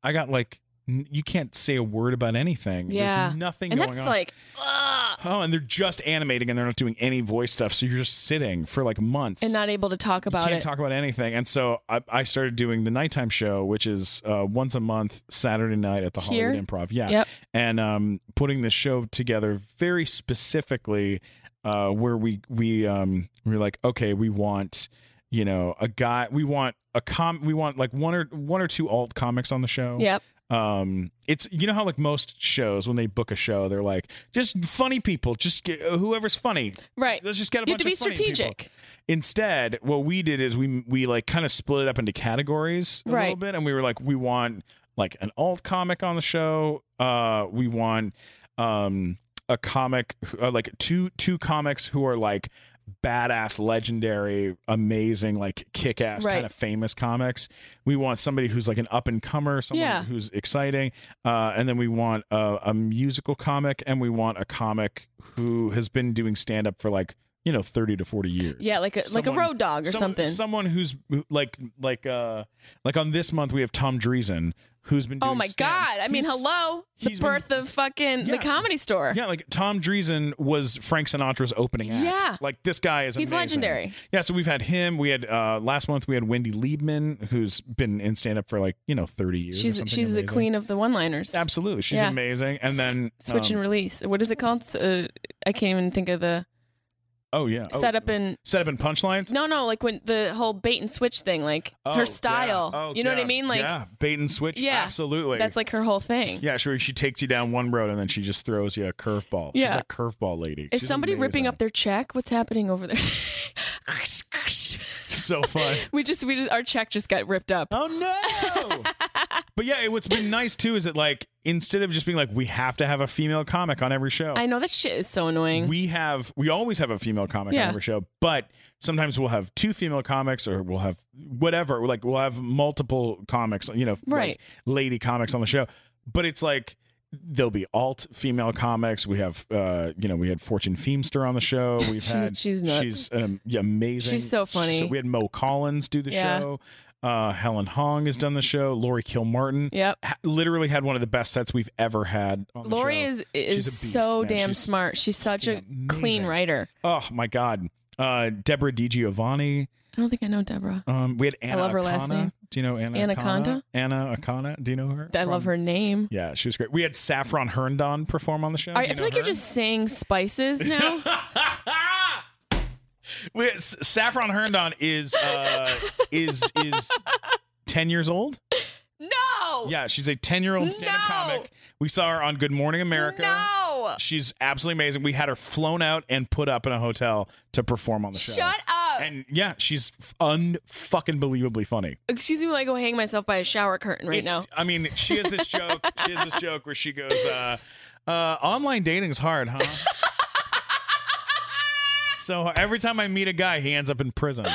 [SPEAKER 4] I got like n- you can't say a word about anything. There's
[SPEAKER 1] Yeah.
[SPEAKER 4] nothing
[SPEAKER 1] and
[SPEAKER 4] going
[SPEAKER 1] that's
[SPEAKER 4] on.
[SPEAKER 1] like, ugh,
[SPEAKER 4] oh, and they're just animating and they're not doing any voice stuff, so you're just sitting for like months
[SPEAKER 1] and not able to talk
[SPEAKER 4] you
[SPEAKER 1] about
[SPEAKER 4] can't
[SPEAKER 1] it.
[SPEAKER 4] talk about anything. And so I, I started doing the nighttime show, which is uh, once a month, Saturday night at the
[SPEAKER 1] Here?
[SPEAKER 4] Hollywood Improv. Yeah.
[SPEAKER 1] Yep.
[SPEAKER 4] And um, putting this show together very specifically uh, where we, we, um, we're like, okay, we want, you know, a guy, we want a com, we want like one or one or two alt comics on the show
[SPEAKER 1] Yep.
[SPEAKER 4] um it's you know how like most shows when they book a show they're like just funny people just get, whoever's funny
[SPEAKER 1] Right.
[SPEAKER 4] let's just get a
[SPEAKER 1] You have
[SPEAKER 4] bunch
[SPEAKER 1] to be
[SPEAKER 4] of funny people.
[SPEAKER 1] strategic.
[SPEAKER 4] instead what we did is we we like kind of split it up into categories a
[SPEAKER 1] Right.
[SPEAKER 4] little bit and we were like we want like an alt comic on the show uh we want um a comic uh, like two two comics who are like badass legendary amazing like kick-ass
[SPEAKER 1] Right.
[SPEAKER 4] kind of famous comics we want somebody who's like an up and comer someone
[SPEAKER 1] Yeah.
[SPEAKER 4] who's exciting uh, and then we want a, a musical comic and we want a comic who has been doing stand-up for like you know 30 to 40 years
[SPEAKER 1] Yeah, like a like a
[SPEAKER 4] Someone-
[SPEAKER 1] road dog or
[SPEAKER 4] someone-
[SPEAKER 1] something.
[SPEAKER 4] someone who's who- like like uh like on this month we have tom dreesen who's been doing
[SPEAKER 1] oh my
[SPEAKER 4] stand-
[SPEAKER 1] god! I mean,
[SPEAKER 4] he's-
[SPEAKER 1] hello, the
[SPEAKER 4] he's been-
[SPEAKER 1] birth of fucking the
[SPEAKER 4] Yeah.
[SPEAKER 1] comedy store.
[SPEAKER 4] yeah, like Tom Dreesen was Frank Sinatra's opening act.
[SPEAKER 1] Yeah.
[SPEAKER 4] like this guy is
[SPEAKER 1] He's
[SPEAKER 4] amazing.
[SPEAKER 1] legendary.
[SPEAKER 4] Yeah, so we've had him. We had uh last month we had Wendy Liebman, who's been in stand up for like you know thirty years. or
[SPEAKER 1] she's
[SPEAKER 4] something
[SPEAKER 1] she's the
[SPEAKER 4] amazing.
[SPEAKER 1] queen of the one-liners.
[SPEAKER 4] Absolutely, she's
[SPEAKER 1] Yeah.
[SPEAKER 4] amazing. And then
[SPEAKER 1] S- switch
[SPEAKER 4] um,
[SPEAKER 1] and release. What is it called? S- Uh, I can't even think of the
[SPEAKER 4] oh yeah, oh,
[SPEAKER 1] setup and
[SPEAKER 4] setup and punchlines.
[SPEAKER 1] no, no, like when the whole bait and switch thing, like
[SPEAKER 4] Oh,
[SPEAKER 1] her style.
[SPEAKER 4] yeah. Oh,
[SPEAKER 1] you know what I
[SPEAKER 4] yeah.
[SPEAKER 1] mean? Like
[SPEAKER 4] yeah, bait and switch.
[SPEAKER 1] Yeah.
[SPEAKER 4] absolutely.
[SPEAKER 1] that's like her whole thing.
[SPEAKER 4] Yeah, sure. She takes you down one road and then she just throws you a curveball.
[SPEAKER 1] Yeah.
[SPEAKER 4] She's a curveball lady.
[SPEAKER 1] Is
[SPEAKER 4] She's
[SPEAKER 1] somebody ripping
[SPEAKER 4] amazing.
[SPEAKER 1] up their check? What's happening over there?
[SPEAKER 4] So fun.
[SPEAKER 1] we just we just our check just got ripped up.
[SPEAKER 4] Oh no! but yeah, it, what's been nice too is that like instead of just being like we have to have a female comic on every show,
[SPEAKER 1] I know that shit is so annoying.
[SPEAKER 4] we have we always have a female comic
[SPEAKER 1] Yeah.
[SPEAKER 4] on every show, but sometimes we'll have two female comics or we'll have whatever. Like we'll have multiple comics, you know, like,
[SPEAKER 1] Right.
[SPEAKER 4] lady comics on the show. But it's like there'll be alt female comics. We have uh, you know, we had Fortune Feemster on the show. We've
[SPEAKER 1] She's-
[SPEAKER 4] had
[SPEAKER 1] she's nuts.
[SPEAKER 4] she's um, yeah, amazing.
[SPEAKER 1] She's so funny.
[SPEAKER 4] we had Mo Collins do the
[SPEAKER 1] Yeah.
[SPEAKER 4] show. Uh, Helen Hong has done the show. Lori Kilmartin
[SPEAKER 1] Yep.
[SPEAKER 4] ha- literally had one of the best sets we've ever had. On the
[SPEAKER 1] Lori
[SPEAKER 4] show.
[SPEAKER 1] is is
[SPEAKER 4] She's a beast,
[SPEAKER 1] so
[SPEAKER 4] man.
[SPEAKER 1] damn
[SPEAKER 4] She's
[SPEAKER 1] smart. She's such a
[SPEAKER 4] fucking
[SPEAKER 1] clean
[SPEAKER 4] amazing.
[SPEAKER 1] writer.
[SPEAKER 4] Oh my god. Uh, Deborah DiGiovanni.
[SPEAKER 1] I don't think I know Deborah.
[SPEAKER 4] Um, we had Anna.
[SPEAKER 1] love her last
[SPEAKER 4] Akana.
[SPEAKER 1] name.
[SPEAKER 4] Do you know Anna?
[SPEAKER 1] Anaconda?
[SPEAKER 4] Akana? Anna Akana. Do you know her?
[SPEAKER 1] I love
[SPEAKER 4] From-
[SPEAKER 1] her name.
[SPEAKER 4] Yeah, she was great. We had Saffron Herndon perform on the show.
[SPEAKER 1] All right, I
[SPEAKER 4] Do you
[SPEAKER 1] feel
[SPEAKER 4] know
[SPEAKER 1] like you're
[SPEAKER 4] her?
[SPEAKER 1] just saying spices now.
[SPEAKER 4] We had- S- Saffron Herndon is uh, is is ten years old.
[SPEAKER 1] no.
[SPEAKER 4] Yeah, she's a ten year old stand up
[SPEAKER 1] No!
[SPEAKER 4] comic. We saw her on Good Morning America.
[SPEAKER 1] No.
[SPEAKER 4] She's absolutely amazing. We had her flown out and put up in a hotel to perform on the show.
[SPEAKER 1] Shut up.
[SPEAKER 4] And yeah, she's un fucking believably funny.
[SPEAKER 1] Excuse me while I go hang myself by a shower curtain right now.
[SPEAKER 4] It's- I mean, she has this joke. she has this joke where she goes, uh, uh, "Online dating's hard, huh?" so every time I meet a guy, he ends up in prison.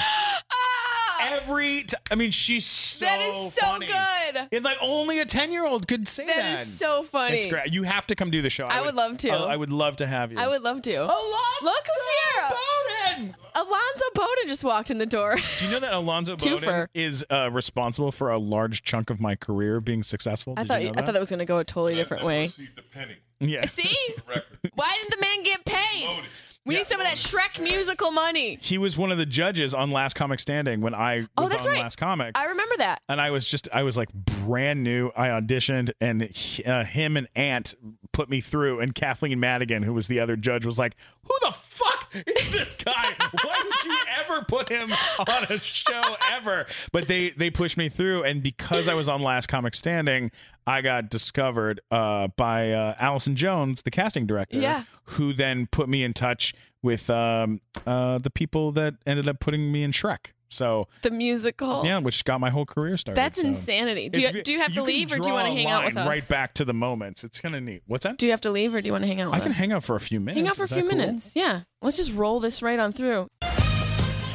[SPEAKER 4] Every, t- I mean, she's so
[SPEAKER 1] Ah! that is so
[SPEAKER 4] funny.
[SPEAKER 1] good.
[SPEAKER 4] And like only a ten year old could say that.
[SPEAKER 1] that is so funny.
[SPEAKER 4] It's great. You have to come do the show.
[SPEAKER 1] I would love to.
[SPEAKER 4] I, I would love to have you.
[SPEAKER 1] I would love to.
[SPEAKER 4] Oh, Alonzo
[SPEAKER 1] Look who's
[SPEAKER 4] Bowden!
[SPEAKER 1] Alonzo Bowden just walked in the door.
[SPEAKER 4] Do you know that Alonzo
[SPEAKER 1] Twofer.
[SPEAKER 4] Bowden is uh, responsible for a large chunk of my career being successful?
[SPEAKER 1] I
[SPEAKER 4] Did
[SPEAKER 1] thought
[SPEAKER 4] you
[SPEAKER 1] you-
[SPEAKER 4] know
[SPEAKER 1] I thought that was going to go a totally different way.
[SPEAKER 7] Received a penny.
[SPEAKER 4] Yeah.
[SPEAKER 1] See?
[SPEAKER 7] Record.
[SPEAKER 1] Why didn't the man get paid?
[SPEAKER 7] Loaded.
[SPEAKER 1] We need some of that Shrek musical money.
[SPEAKER 4] he was one of the judges on Last Comic Standing when I was
[SPEAKER 1] Oh, that's
[SPEAKER 4] on
[SPEAKER 1] right.
[SPEAKER 4] Last Comic.
[SPEAKER 1] I remember that.
[SPEAKER 4] and I was just, I was like brand new. I auditioned, and he- uh, him and Ant put me through. And Kathleen Madigan, who was the other judge, was like, "Who the fuck is this guy? Why would you ever put him on a show ever?" But they they pushed me through, and because I was on Last Comic Standing, I got discovered uh, by uh, Allison Jones, the casting director,
[SPEAKER 1] Yeah.
[SPEAKER 4] who then put me in touch with um, uh, the people that ended up putting me in Shrek. So
[SPEAKER 1] The musical.
[SPEAKER 4] yeah, which got my whole career started.
[SPEAKER 1] Oh. That's
[SPEAKER 4] so.
[SPEAKER 1] insanity. Do
[SPEAKER 4] It's um,
[SPEAKER 1] you,
[SPEAKER 4] ve-
[SPEAKER 1] do you have to
[SPEAKER 4] can
[SPEAKER 1] leave or do you
[SPEAKER 4] draw
[SPEAKER 1] want
[SPEAKER 4] a
[SPEAKER 1] to hang out with
[SPEAKER 4] line
[SPEAKER 1] us?
[SPEAKER 4] Right back to the moments. It's kind of neat. What's that?
[SPEAKER 1] Do you have to leave or do you want to hang out
[SPEAKER 4] I
[SPEAKER 1] with
[SPEAKER 4] can
[SPEAKER 1] us?
[SPEAKER 4] hang out for a few minutes.
[SPEAKER 1] Hang out for a
[SPEAKER 4] Is
[SPEAKER 1] few
[SPEAKER 4] that cool?
[SPEAKER 1] minutes. Yeah. Let's just roll this right on through.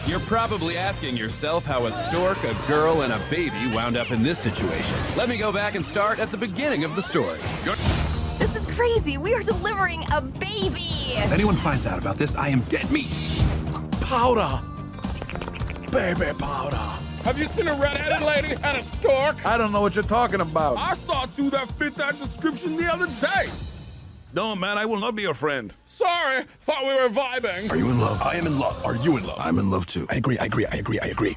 [SPEAKER 8] You're probably asking yourself how a stork, a girl, and a baby wound up in this situation. Let me go back and start at the beginning of the story.
[SPEAKER 9] This is crazy. We are delivering a baby.
[SPEAKER 8] If anyone finds out about this, I am dead meat.
[SPEAKER 6] Powder. Baby powder.
[SPEAKER 3] Have you seen a red-headed lady and a stork?
[SPEAKER 6] I don't know what you're talking about.
[SPEAKER 3] I saw two that fit that description the other day.
[SPEAKER 6] No, man, I will not be your friend.
[SPEAKER 3] Sorry, thought we were vibing.
[SPEAKER 7] Are you in love? I am in love. Are you in love? I'm in love too. I agree. I agree. I agree. I agree.